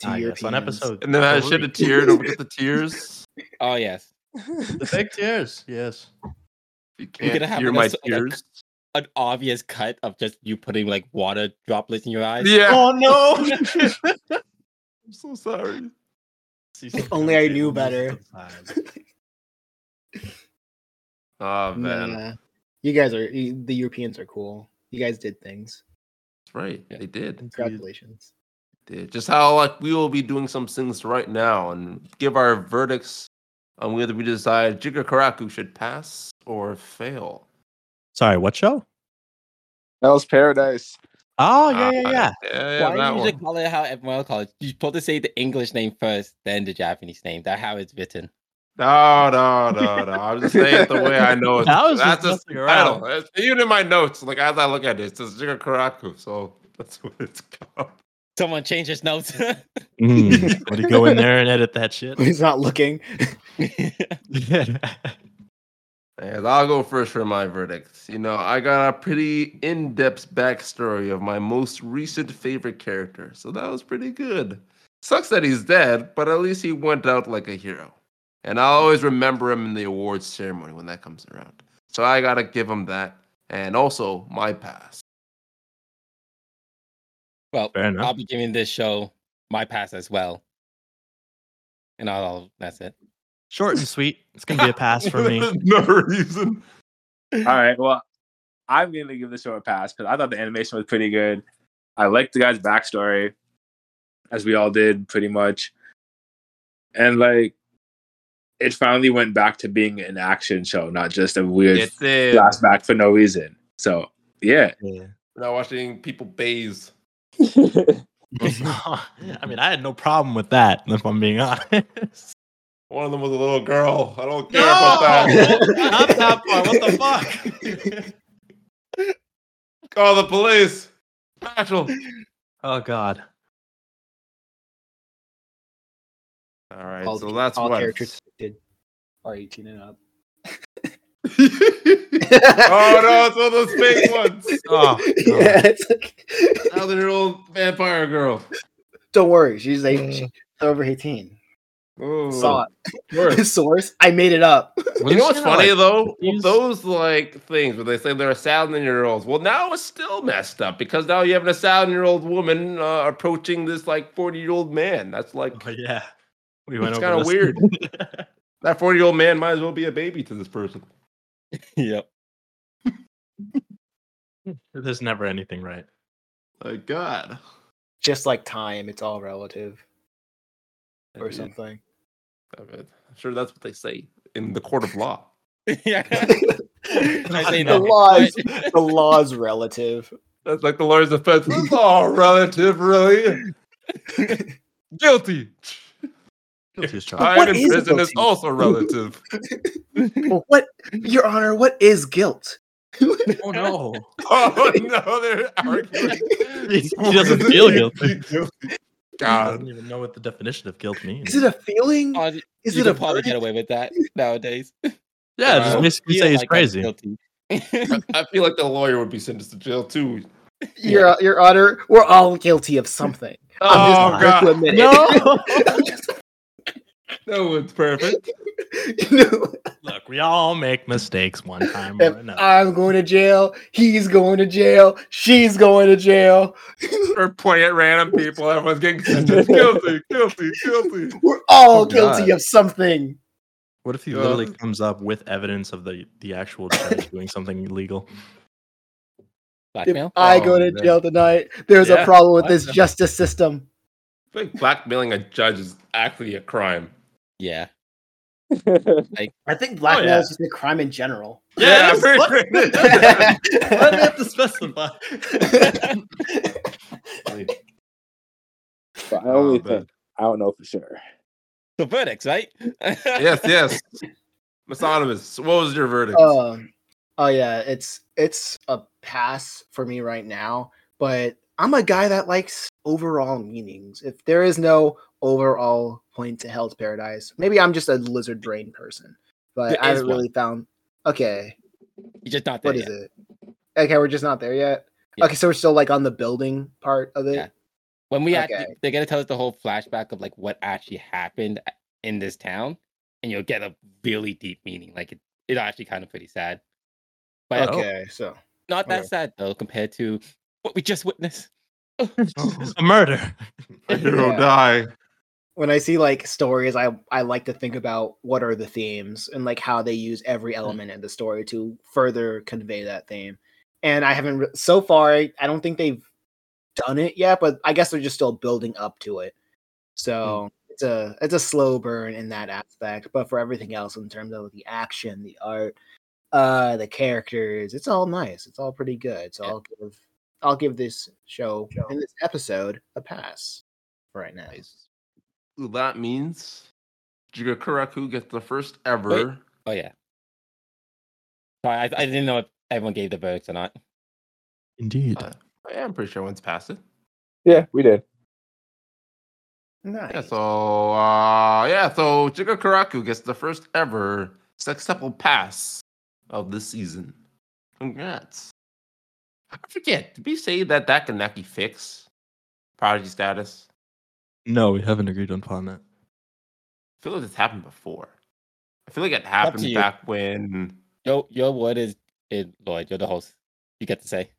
Speaker 5: To
Speaker 6: Ah, yes, on
Speaker 5: Europeans. (laughs)
Speaker 6: episode
Speaker 1: And then I
Speaker 6: three.
Speaker 1: shed a tear and overlook the (laughs) tears.
Speaker 4: (laughs) oh yes,
Speaker 6: the big tears. Yes.
Speaker 1: You
Speaker 4: You're
Speaker 1: can't
Speaker 4: gonna have
Speaker 1: hear
Speaker 4: like a
Speaker 1: my
Speaker 4: s- like a-
Speaker 1: tears.
Speaker 4: an obvious cut of just you putting like water droplets in your eyes.
Speaker 1: Yeah,
Speaker 6: Oh (laughs) no.
Speaker 1: I'm so sorry.
Speaker 5: If only I knew better.
Speaker 1: Oh man,
Speaker 5: Nah. you guys are you, the Europeans are cool. You guys did things.
Speaker 1: that's right.
Speaker 4: Yeah.
Speaker 1: They did.
Speaker 5: Congratulations. (laughs)
Speaker 1: They did. Just how like we will be doing some things right now and give our verdicts on whether we decide Jigga Karaku should pass or fail.
Speaker 6: (laughs) Sorry, what show?
Speaker 3: That was paradise.
Speaker 6: Oh yeah, yeah,
Speaker 1: Uh,
Speaker 6: yeah.
Speaker 1: yeah, yeah,
Speaker 4: Why
Speaker 1: that
Speaker 4: do you
Speaker 1: one.
Speaker 4: just call it how everyone else calls it? You're supposed to say the English name first, then the Japanese name. That's how it's written.
Speaker 1: No, no, no, no. I'm just saying it the way I know (laughs) it.
Speaker 6: (laughs) I was
Speaker 1: that's
Speaker 6: just
Speaker 1: just
Speaker 6: messing
Speaker 1: the
Speaker 6: around.
Speaker 1: title. It's- even in my notes, like as I look at it, it says Jigga Karaku. So (laughs) that's what it's called.
Speaker 4: Someone change his notes. (laughs)
Speaker 1: (laughs)
Speaker 6: Mm, Would you go in there and edit that (laughs) shit?
Speaker 5: He's not looking.
Speaker 1: And I'll go first for my verdict. You know, I got a pretty in depth backstory of my most recent favorite character, so that was pretty good. Sucks that he's dead, but at least he went out like a hero. And I'll always remember him in the awards ceremony when that comes around. So I gotta give him that, and also my pass.
Speaker 4: well,
Speaker 6: Fair enough.
Speaker 4: I'll be giving this show my pass as well. And I'll, I'll that's it. (laughs)
Speaker 6: Short and sweet. It's gonna be a pass for
Speaker 1: (laughs)
Speaker 6: me.
Speaker 1: no reason.
Speaker 3: All right. Well, I'm going to give this show a pass because I thought the animation was pretty good. I liked the guy's backstory, as we all did pretty much. And like, it finally went back to being an action show, not just a weird
Speaker 1: It did.
Speaker 3: flashback for no reason. So, yeah. (laughs)
Speaker 6: Yeah. (laughs)
Speaker 1: Now watching people bathe.
Speaker 6: I mean, I had no problem with that, if I'm being (laughs) honest.
Speaker 1: One of them was a little girl. I don't care about that.
Speaker 6: (laughs) Not that part. What the fuck?
Speaker 1: Call the police. Special.
Speaker 6: (laughs) oh god.
Speaker 1: All right,
Speaker 5: All-
Speaker 1: so that's
Speaker 5: All
Speaker 1: what.
Speaker 5: characters did. Are you tuning up?
Speaker 1: (laughs) oh
Speaker 5: (laughs)
Speaker 1: no, it's one of those fake ones. Oh,
Speaker 5: yeah, it's like- (laughs)
Speaker 1: thousand year old vampire girl.
Speaker 5: don't worry. She's like she's over eighteen.
Speaker 1: Mm. Ooh.
Speaker 5: Saw
Speaker 1: Worse.
Speaker 5: (laughs) it. Source. I made it up.
Speaker 1: You know what's funny though?
Speaker 6: confused?
Speaker 1: Those like things where they say they're a thousand year olds. Well, now it's still messed up because now you have a thousand year old woman uh, approaching this like forty year old man. That's like
Speaker 6: Oh, (laughs) yeah. We went
Speaker 1: It's kinda
Speaker 6: over this.
Speaker 1: weird.
Speaker 6: (laughs)
Speaker 1: that forty year old man might as well be a baby to this person.
Speaker 4: Yep.
Speaker 6: (laughs) There's never anything right.
Speaker 1: My God.
Speaker 5: Just like time, it's all relative or
Speaker 1: Yeah,
Speaker 5: (laughs) something.
Speaker 1: I'm sure that's what they say in the court of law.
Speaker 4: yeah. Can
Speaker 6: (laughs)
Speaker 4: I say
Speaker 5: the
Speaker 4: no?
Speaker 5: law is the law is
Speaker 4: (laughs)
Speaker 5: relative.
Speaker 1: That's like the lawyer's defense. It's all relative,
Speaker 5: (laughs)
Speaker 1: really. Guilty.
Speaker 6: Guilty as charged.
Speaker 1: Time
Speaker 5: what
Speaker 1: in
Speaker 5: is
Speaker 1: prison is
Speaker 5: guilty?
Speaker 1: also
Speaker 5: (laughs)
Speaker 1: relative.
Speaker 5: Well, what, Your Honor? What is guilt?
Speaker 6: Oh
Speaker 4: (laughs)
Speaker 6: no.
Speaker 1: oh no, they're arguing.
Speaker 6: He doesn't feel guilty. I
Speaker 1: God.
Speaker 6: (laughs) don't even know what the definition of guilt means.
Speaker 5: Is it a feeling?
Speaker 4: Oh, you
Speaker 5: Is
Speaker 4: could
Speaker 5: it a
Speaker 4: probably get
Speaker 5: verdict?
Speaker 4: away with that nowadays.
Speaker 6: yeah, just
Speaker 1: Uh,
Speaker 6: basically
Speaker 4: Feel
Speaker 6: say he's
Speaker 4: like I'm
Speaker 6: crazy.
Speaker 4: guilty. (laughs)
Speaker 1: I feel like the lawyer would be sentenced to jail too.
Speaker 5: Your your honor, we're all guilty of something.
Speaker 6: Oh,
Speaker 5: I'm just going to admit it. I'm just-
Speaker 1: No one's perfect.
Speaker 5: (laughs) you know,
Speaker 6: Look, we all make mistakes one time or
Speaker 5: if
Speaker 6: another.
Speaker 5: I'm going to jail, he's going to jail, she's going to jail.
Speaker 1: We're playing at random people. Everyone's getting sentenced. guilty, guilty, guilty.
Speaker 5: We're all
Speaker 6: Oh,
Speaker 5: guilty
Speaker 6: God.
Speaker 5: of something.
Speaker 6: What if he
Speaker 1: Yeah.
Speaker 6: literally comes up with evidence of the, the actual judge doing something illegal?
Speaker 5: If
Speaker 4: Blackmail?
Speaker 5: I go
Speaker 1: Oh,
Speaker 5: to
Speaker 1: man.
Speaker 5: jail tonight, there's
Speaker 1: Yeah,
Speaker 5: a problem with
Speaker 4: I
Speaker 5: this
Speaker 4: know.
Speaker 5: justice system.
Speaker 1: I think blackmailing a judge is actually a crime.
Speaker 4: Yeah.
Speaker 5: I
Speaker 4: Oh,
Speaker 5: think blackmail
Speaker 6: yeah.
Speaker 5: is just a crime in general. Um,
Speaker 1: Yeah, I'm
Speaker 6: Yes,
Speaker 1: pretty
Speaker 6: what?
Speaker 1: sure it is.
Speaker 5: yeah, (laughs)
Speaker 6: Why do they have to specify?
Speaker 3: But I only
Speaker 1: Oh, man.
Speaker 3: think I don't know for sure.
Speaker 4: So verdicts, right?
Speaker 1: yes, yes. Masonimus, what was your verdict?
Speaker 5: um, oh yeah, it's it's a pass for me right now, but I'm a guy that likes overall meanings. If there is no overall point to Hell's Paradise, maybe I'm just a lizard brain person. But
Speaker 4: There
Speaker 5: I
Speaker 4: is
Speaker 5: haven't really found okay,
Speaker 4: (laughs) You're just not there.
Speaker 5: what is
Speaker 4: yet.
Speaker 5: it? Okay, we're just not there yet.
Speaker 4: Yeah.
Speaker 5: Okay, so we're still like on the building part of it.
Speaker 4: Yeah. When we actually,
Speaker 5: Okay.
Speaker 4: they're gonna tell us the whole flashback of like what actually happened uh, in this town, and you'll get a really deep meaning. Like it, it's actually kind of pretty sad, but
Speaker 5: Okay, so
Speaker 4: not that
Speaker 5: okay.
Speaker 4: sad though compared to what we just witnessed.
Speaker 6: (laughs)
Speaker 4: (laughs) Oh,
Speaker 1: (laughs)
Speaker 6: A murder.
Speaker 1: A hero
Speaker 5: yeah.
Speaker 1: die.
Speaker 5: when I see like stories, I I like to think about what are the themes and like how they use every element in the story to further convey that theme. And I haven't re- so far. I I don't think they've done it yet, but I guess they're just still building up to it. So it's a it's a slow burn in that aspect, but for everything else in terms of the action, the art, uh, the characters, it's all nice. It's all pretty good. So
Speaker 4: Yeah.
Speaker 5: I'll give I'll give this show and this episode a pass for right now.
Speaker 1: Nice. Ooh, that means Jigakuraku gets the first ever.
Speaker 4: Oh yeah. Sorry, I, I didn't know if everyone gave the verdicts or not.
Speaker 6: Indeed.
Speaker 1: Uh, yeah, I'm pretty sure one's passed it.
Speaker 3: Yeah, we did.
Speaker 5: Nice.
Speaker 1: Yeah, so uh, yeah, so Jigakuraku gets the first ever sextuple pass of this season. Congrats! I forget. Did we say that that can actually fix prodigy status?
Speaker 6: No, we haven't agreed upon that.
Speaker 1: I feel like this happened before. I feel like it
Speaker 4: to
Speaker 1: happened
Speaker 4: you.
Speaker 1: back when.
Speaker 4: Your your word is, is Lloyd. You're the host. You get to say.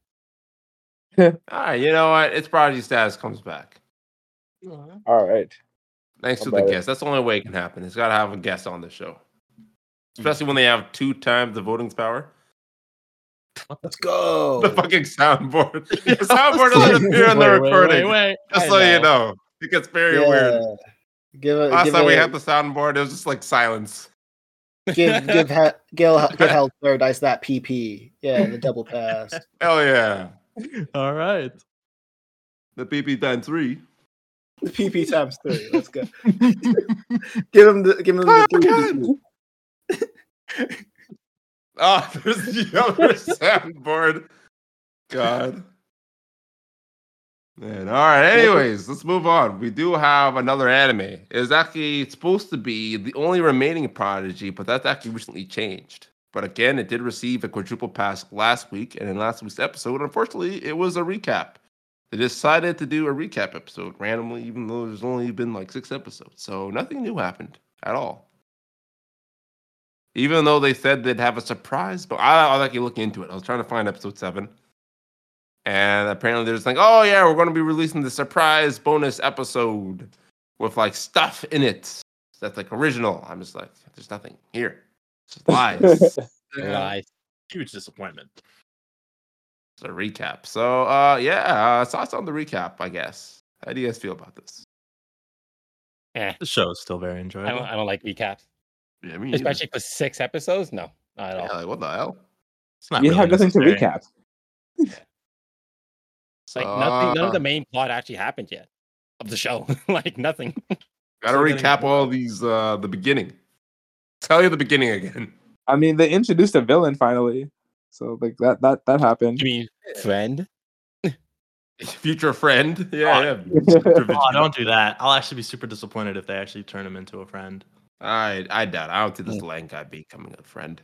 Speaker 1: All right, ah, you know what? It's prodigy status comes back.
Speaker 3: All right.
Speaker 1: Thanks
Speaker 3: How
Speaker 1: to the
Speaker 3: about it?
Speaker 1: guest. That's the only way it can happen. It's got to have a guest on the show,
Speaker 6: Hmm.
Speaker 1: especially when they have two times the voting's power.
Speaker 5: (laughs) Let's go.
Speaker 1: (laughs) The fucking
Speaker 6: (laughs)
Speaker 1: soundboard. The soundboard doesn't appear in the
Speaker 6: (laughs) Wait, wait, wait,
Speaker 1: recording.
Speaker 4: wait.
Speaker 1: Just so you know, it gets very weird.
Speaker 5: Give it.
Speaker 1: Last
Speaker 5: give
Speaker 1: time we
Speaker 5: it-
Speaker 1: had the soundboard, it was just like silence.
Speaker 5: (laughs) give give he,
Speaker 1: (laughs)
Speaker 5: Gil give Hell Paradise that PP. Yeah, the double
Speaker 1: (laughs)
Speaker 5: pass.
Speaker 1: Hell yeah.
Speaker 6: All right.
Speaker 1: The PP times three.
Speaker 5: The PP times three. Let's go. give him the give him the three. PP.
Speaker 1: (laughs) Oh, there's the other soundboard. God. Man, all right. Anyways, let's move on. We do have another anime. It's actually supposed to be the only remaining prodigy, but that's actually recently changed. But again, it did receive a quadruple pass last week, and in last week's episode, unfortunately, it was a recap. They decided to do a recap episode randomly, even though there's only been like six episodes. So nothing new happened at all even though they said they'd have a surprise. But I, I was actually looking into it. I was trying to find episode seven, and apparently they're just like, "Oh yeah, we're going to be releasing the surprise bonus episode with like stuff in it that's like original." I'm just like, "There's nothing here. (laughs) It's just lies." Yeah.
Speaker 4: Lies.
Speaker 6: (laughs) Huge disappointment.
Speaker 1: It's a recap. So uh, yeah, uh, sauce on the recap, I guess. How do you guys feel about this?
Speaker 4: Eh,
Speaker 6: The show is still very
Speaker 4: I don't,
Speaker 6: enjoyable.
Speaker 4: I don't like recaps,
Speaker 1: Yeah, me either.
Speaker 4: especially for six episodes. No, not at
Speaker 1: Yeah,
Speaker 4: all.
Speaker 1: like what the hell?
Speaker 6: It's not
Speaker 3: (laughs) you
Speaker 6: really
Speaker 3: have nothing
Speaker 6: (laughs)
Speaker 3: to
Speaker 6: necessary.
Speaker 3: recap.
Speaker 4: Like
Speaker 1: So,
Speaker 4: nothing. None
Speaker 1: uh,
Speaker 4: of the main plot actually happened yet of the show. (laughs) like nothing.
Speaker 1: Gotta
Speaker 6: Still getting-
Speaker 1: recap all these. Uh, the beginning. Tell you the beginning again. (laughs)
Speaker 3: I mean, they introduced a villain finally, so like that that that happened.
Speaker 4: You mean friend?
Speaker 1: Future friend. Yeah,
Speaker 6: Oh.
Speaker 1: yeah.
Speaker 3: (laughs)
Speaker 6: Oh, don't do that. I'll actually be super disappointed if they actually turn him into a friend.
Speaker 1: I I doubt. It. I don't see this Lang guy becoming a friend.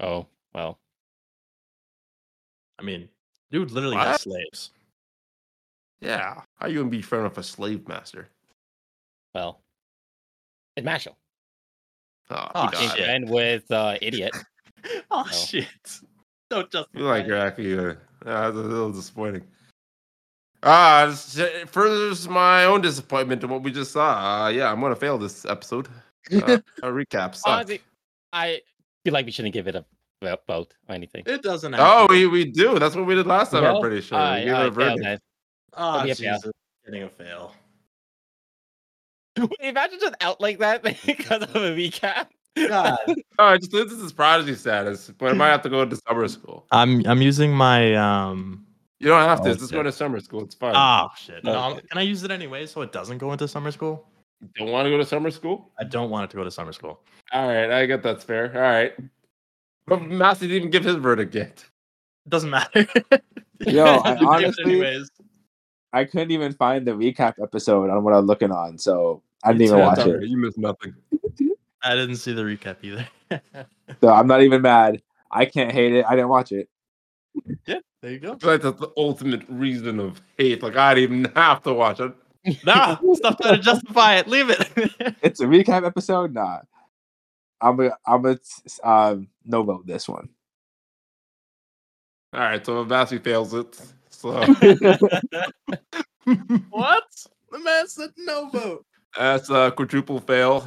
Speaker 4: Oh well.
Speaker 6: I mean, Dude literally
Speaker 1: What?
Speaker 6: has slaves.
Speaker 1: Yeah. How you gonna be friend of a slave master?
Speaker 4: Well, it's Mashal.
Speaker 1: Oh,
Speaker 6: Oh,
Speaker 1: God.
Speaker 4: He's
Speaker 6: shit.
Speaker 4: friend with uh, idiot.
Speaker 2: Oh
Speaker 4: No.
Speaker 2: shit!
Speaker 6: (laughs)
Speaker 2: Don't justify.
Speaker 1: You like
Speaker 2: it.
Speaker 1: Iraqi? Uh, that was a little disappointing. Ah, this it furthers my own disappointment in what we just saw. Uh, yeah, I'm gonna fail this episode. Uh, a recap sucked.
Speaker 4: Honestly, I feel like we shouldn't give it a vo- vote or anything.
Speaker 6: It doesn't
Speaker 1: Oh, we, we do. That's what we did last time.
Speaker 4: No?
Speaker 1: I'm pretty sure.
Speaker 4: Aye,
Speaker 1: we gave
Speaker 4: aye,
Speaker 1: it a
Speaker 4: fail
Speaker 1: verdict.
Speaker 4: then.
Speaker 6: Oh,
Speaker 4: It'll be a fail.
Speaker 6: Jesus. Getting a fail.
Speaker 4: Imagine just out like that (laughs) because of a recap.
Speaker 6: God.
Speaker 1: All right, Oh, just this is prodigy status, but I might have to go to summer school.
Speaker 6: I'm I'm using my um
Speaker 1: You don't have to.
Speaker 6: Oh,
Speaker 1: It's just
Speaker 6: shit.
Speaker 1: going to summer school. It's fine.
Speaker 6: Oh shit. No,
Speaker 4: Okay.
Speaker 6: I'm- can I use it anyway so it doesn't go into summer school?
Speaker 1: Don't want to go to summer school?
Speaker 6: I don't want it to go to summer school.
Speaker 1: All right, I get that's fair. All right. But Massey didn't even give his verdict yet.
Speaker 6: It doesn't matter. (laughs)
Speaker 3: Yo,
Speaker 6: I'm
Speaker 3: I
Speaker 6: giving it
Speaker 3: honestly-
Speaker 6: anyways.
Speaker 3: I couldn't even find the recap episode on what I'm looking on, so I didn't even
Speaker 6: too.
Speaker 3: watch
Speaker 1: It's all right,
Speaker 3: it.
Speaker 1: You missed nothing.
Speaker 6: I didn't see the recap either. (laughs)
Speaker 3: So I'm not even mad. I can't hate it. I didn't watch it.
Speaker 6: there you go.
Speaker 1: I feel like that's the ultimate reason of hate. Like I didn't even have to watch it.
Speaker 6: Nah, stop trying to justify it. Leave it. (laughs)
Speaker 3: It's a recap episode. Nah, I'm a I'm a um, no vote this one.
Speaker 1: All right, so Massey fails it. So
Speaker 2: What?
Speaker 6: the man said no vote.
Speaker 1: that's a quadruple fail.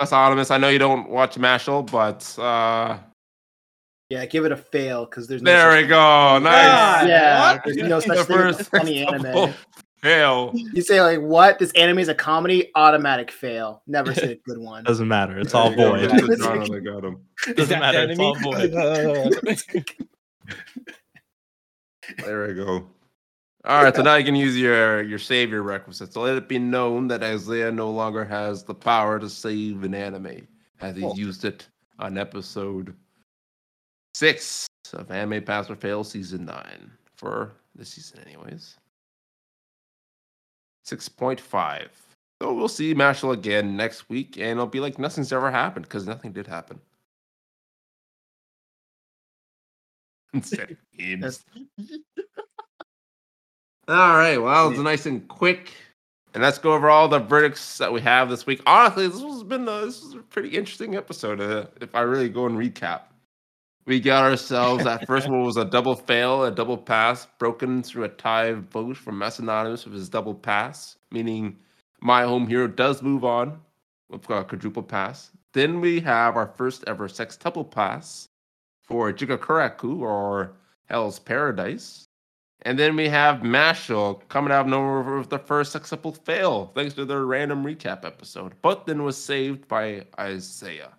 Speaker 1: That's Artemis. I know you don't watch Mashal, but uh
Speaker 5: Yeah, give it a fail because there's no
Speaker 1: there
Speaker 5: such-
Speaker 1: we go. Nice.
Speaker 5: Yeah, yeah,
Speaker 6: What?
Speaker 5: there's
Speaker 1: (laughs) The
Speaker 5: no such thing as a
Speaker 1: first
Speaker 5: funny anime.
Speaker 1: double fail.
Speaker 5: You say like, "What? This anime is a comedy." Automatic fail.
Speaker 1: (laughs)
Speaker 5: Never see a good one.
Speaker 6: Doesn't matter. It's all
Speaker 1: There you
Speaker 6: void.
Speaker 1: go.
Speaker 5: void.
Speaker 1: Mr. Toronto, they got him.
Speaker 6: (laughs) Doesn't matter. It's all void. (laughs)
Speaker 4: void.
Speaker 1: There we go. All right, so now you can use your your savior requisite. So let it be known that Isaiah no longer has the power to save an anime, as he's
Speaker 4: Cool.
Speaker 1: used it on episode six of Anime Pass or Fail season nine for this season, anyways. Six point five. So we'll see Mashal again next week, and it'll be like nothing's ever happened because nothing did happen. (laughs) Instead, of games. All right. Well, that was nice and quick. And let's go over all the verdicts that we have this week. Honestly, this has been a, this was a pretty interesting episode. Uh, if I really go and recap, we got ourselves that first one was a double fail, a double pass, broken through a tie vote from Mass Anonymous with his double pass, meaning my home hero does move on with a quadruple pass. Then we have our first ever sextuple pass for Jigakuraku or Hell's Paradise. And then we have Mashal coming out of nowhere with the first successful fail, thanks to their random recap episode, but then was saved by Isaiah.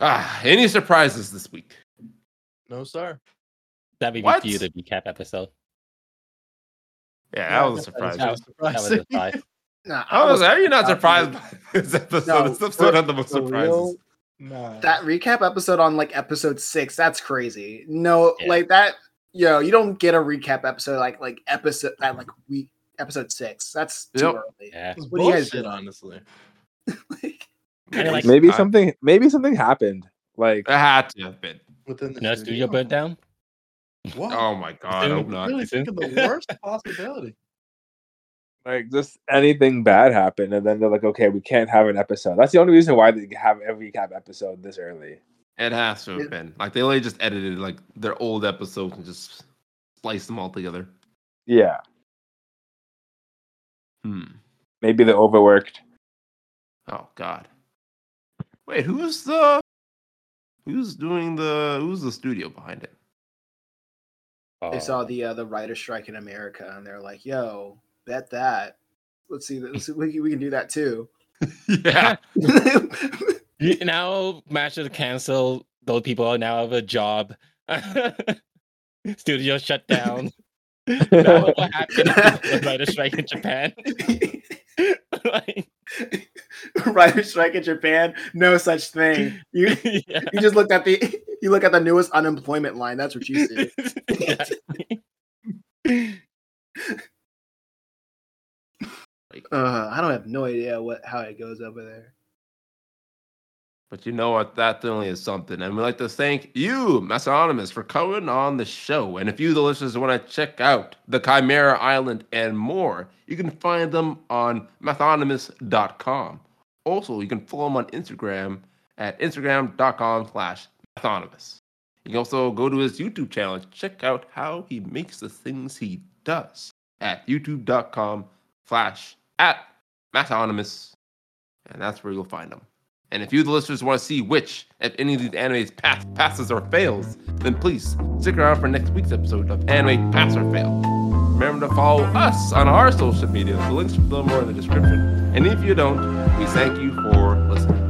Speaker 1: Ah, any surprises this week?
Speaker 6: No, sir.
Speaker 4: That would
Speaker 1: What?
Speaker 4: be you the recap episode.
Speaker 1: Yeah,
Speaker 6: Yeah,
Speaker 1: that was a
Speaker 6: (laughs) that was-
Speaker 1: surprise.
Speaker 4: That was, that was a surprise.
Speaker 5: Nah, I
Speaker 1: I was,
Speaker 5: was-
Speaker 1: Oh, how are you not surprised by this episode?
Speaker 5: No,
Speaker 1: this episode had the most
Speaker 6: for
Speaker 1: surprises.
Speaker 6: real? (laughs) Nah.
Speaker 5: that recap episode on like episode six. That's crazy. No,
Speaker 4: Yeah.
Speaker 5: like that. Yo, you don't get a recap episode like like episode that like week episode six. That's too
Speaker 1: Yep.
Speaker 5: early.
Speaker 6: (laughs)
Speaker 4: Yeah.
Speaker 6: was
Speaker 5: What do you guys
Speaker 6: bullshit,
Speaker 5: do?
Speaker 6: honestly.
Speaker 5: (laughs) Like,
Speaker 4: Kinda like-
Speaker 3: Maybe
Speaker 1: I-
Speaker 3: something. Maybe something happened. Like
Speaker 1: It had to have been.
Speaker 6: Within the
Speaker 4: No studio burnt down?
Speaker 6: What?
Speaker 1: Oh my god, I hope not.
Speaker 4: Really thinking
Speaker 6: the worst possibility.
Speaker 3: like just anything bad happened, and then they're like, okay, we can't have an episode. That's the only reason why they have every recap episode this early.
Speaker 1: It has to have
Speaker 5: It-
Speaker 1: been. Like they only just edited like their old episodes and just spliced them all together.
Speaker 3: Yeah,
Speaker 1: Hmm.
Speaker 3: maybe they're overworked.
Speaker 1: Oh God. Wait, who's the who's doing the who's the studio behind it?
Speaker 5: they
Speaker 4: Oh.
Speaker 5: saw the uh, the writer strike in America, and they're like, "Yo, bet that." Let's see. Let's see we, can- we can do that too. (laughs)
Speaker 1: yeah.
Speaker 4: You- now matches cancel. Those people are now have a job. (laughs) Studio shut down. Now what happened? The writer strike in Japan. (laughs) Like,
Speaker 5: writer strike in Japan. No such thing. You
Speaker 4: yeah.
Speaker 5: you just looked at the (laughs) you look at the newest unemployment line. That's what you see.
Speaker 4: (laughs)
Speaker 5: (laughs)
Speaker 4: Yeah.
Speaker 5: Uh, I don't have no idea what how it goes over there.
Speaker 1: But you know what? That definitely is something. And we'd like to thank you, Masonymous, for coming on the show. And if you, the listeners, want to check out the Chimera Island and more, you can find them on mathonymous.com. Also, you can follow them on Instagram at instagram.com slash mathonymous. You can also go to his YouTube channel and check out how he makes the things he does at youtube.com slash at mathonymous. And that's where you'll find them. And if you, the listeners, want to see which, if any of these animes pass, passes or fails, then please stick around for next week's episode of Anime Pass or Fail. Remember to follow us on our social media. The links for them are in the description. And if you don't, we thank you for listening.